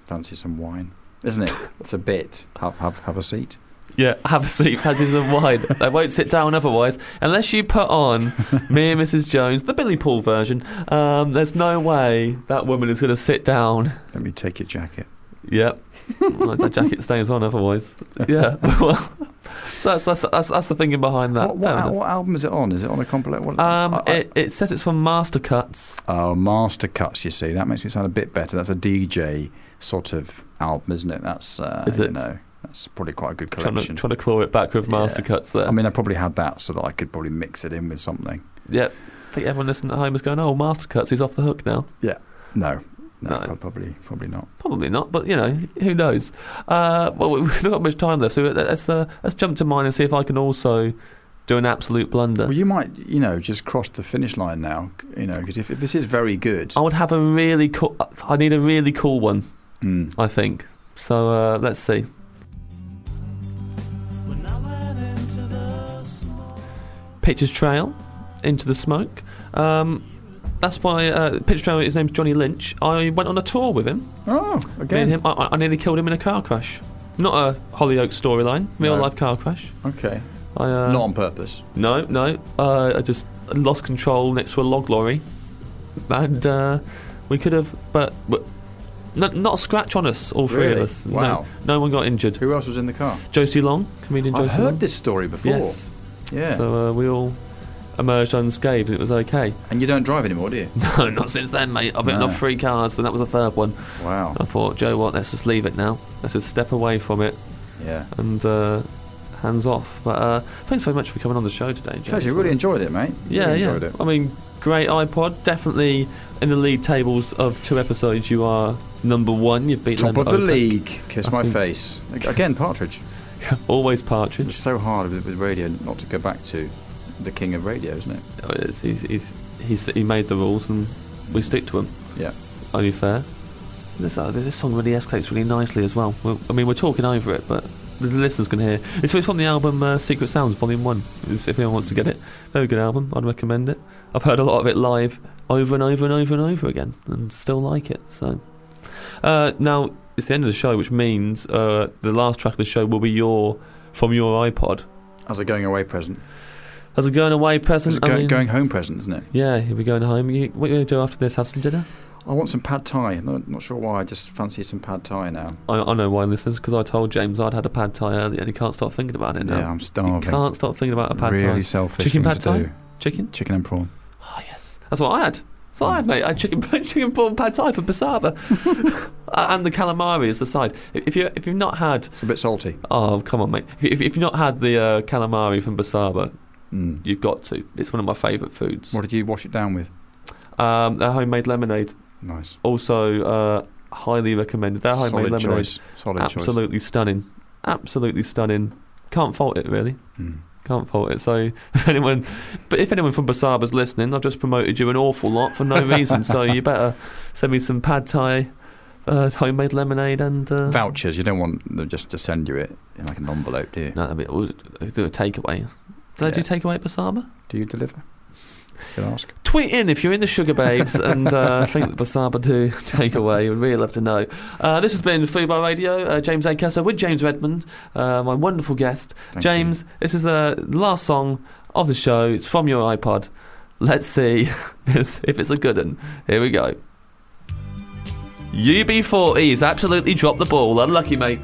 fancy some wine, isn't it? It's a bit have have have a seat. Yeah, have a seat, passes and wine. They won't sit down otherwise. Unless you put on Me and Mrs. Jones, the Billy Paul version, um, there's no way that woman is going to sit down. Let me take your jacket. Yep. like that jacket stays on otherwise. Yeah. Well, so that's, that's, that's, that's the thinking behind that. what, Fair enough. what, what album is it on? Is it on a compilation? What- Um, I- I- it, it says it's from Master Cuts. Oh, Master Cuts, you see. That makes me sound a bit better. That's a DJ sort of album, isn't it? That's, uh, Is you it? know, that's probably quite a good Trying to, collection. trying to claw it back with Master Yeah. Um, Cuts there. I mean, I probably had that so that I could probably mix it in with something. yep. I think everyone listening at home is going, oh, Master Cuts, he's off the hook now. No, no, No. prob- probably probably not. Probably not, but you know, who knows? Uh, well, we- we've not got much time left, so let's, uh, let's jump to mine and see if I can also do an absolute blunder. Well, you might, you know, just cross the finish line now, c- you know, because if, if this is very good, I would have a really cool. I need a really cool one, mm, I think. So uh, let's see. Pictures Trail, Into the Smoke. Um, that's why uh, Pictures Trail. His name's Johnny Lynch. I went on a tour with him. oh, Me and again, him. I- I, I nearly killed him in a car crash. Not a Hollyoaks storyline. Real No. life car crash. okay, I, uh, not on purpose. no, no. Uh, I just lost control next to a log lorry, and uh, we could have, but, but no, not a scratch on us. All three of Really? us. Wow. No, no one got injured. Who else was in the car? Josie Long, comedian I've Josie heard Long. this story before. yes. Yeah, So uh, we all emerged unscathed, and it was okay. and you don't drive anymore, do you? No, not since then, mate. I've written No. off three cars, and that was the third one. Wow. I thought, Joe, what? Let's just leave it now. Let's just step away from it Yeah. and uh, hands off. But uh, thanks very much for coming on the show today, James. Actually, really enjoyed it, mate. Yeah, really yeah. enjoyed it. I mean, great iPod. Definitely in the league tables of two episodes, you are number one. You've beat Top Lambert of the Open. league. Kiss I my think- face. Again, Partridge. Always It's Partridge. so hard with, with radio not to go back to the king of radio, isn't it? Oh, it's- He's, he's, he's, he made the rules and we stick to them. Yeah. Only fair. This, uh, this song really escalates really nicely as well. We're, I mean, we're talking over it, but the listeners can hear. It's, it's from the album uh, Secret Sounds, Volume 1, if if anyone wants to get it. Very good album. I'd recommend it. I've heard a lot of it live over and over and over and over again and still like it. So uh, Now, it's the end of the show, which means uh, the last track of the show will be your from your iPod. As a going away present. As a going away As a present, I go- mean- going home present, isn't it? Yeah, you'll be going home. You, what are you going to do after this? Have some dinner? I want some pad thai. I'm not, not sure why. I just fancy some pad thai now. I, I know why, listeners, because I told James I'd had a pad thai earlier and he can't stop thinking about it now. Yeah, I'm You starving. can't stop thinking about a pad really thai. selfish Chicken thing pad to thai? do. Chicken? Chicken and prawn. Oh, yes. That's what I had. That's what I had, mate. I had chicken, chicken prawn pad thai for basaba. and the calamari is the side. If, you, if you've not had... It's a bit salty. Oh, come on, mate. If, you- if you've not had the uh, calamari from basaba, Mm. you've got to. It's one of my favourite foods. What did you wash it down with? Um, their homemade lemonade. Nice. Also, uh, highly recommended. Their homemade Solid lemonade. choice. Solid choice. Absolutely stunning. Absolutely stunning. Can't fault it, really. Mm. Can't fault it. So, if anyone, but if anyone from Basaba's listening, I've just promoted you an awful lot for no reason. so you better send me some pad thai, uh, homemade lemonade, and uh, Vouchers. You don't want them just to send you it in like an envelope, do you? no, I mean, we'll do a takeaway. Did I do Yeah. takeaway at Basaba? Do you deliver? Can I ask? Tweet in if you're in the Sugar Babes and uh, think that Basaba do takeaway. We'd really love to know. Uh, this has been Food by Radio. Uh, James Acaster with James Redmond, uh, my wonderful guest. Thank James, this is uh, the last song of the show. It's from your iPod. Let's see if it's a good one. Here we go. UB40's absolutely dropped the ball. Unlucky, mate.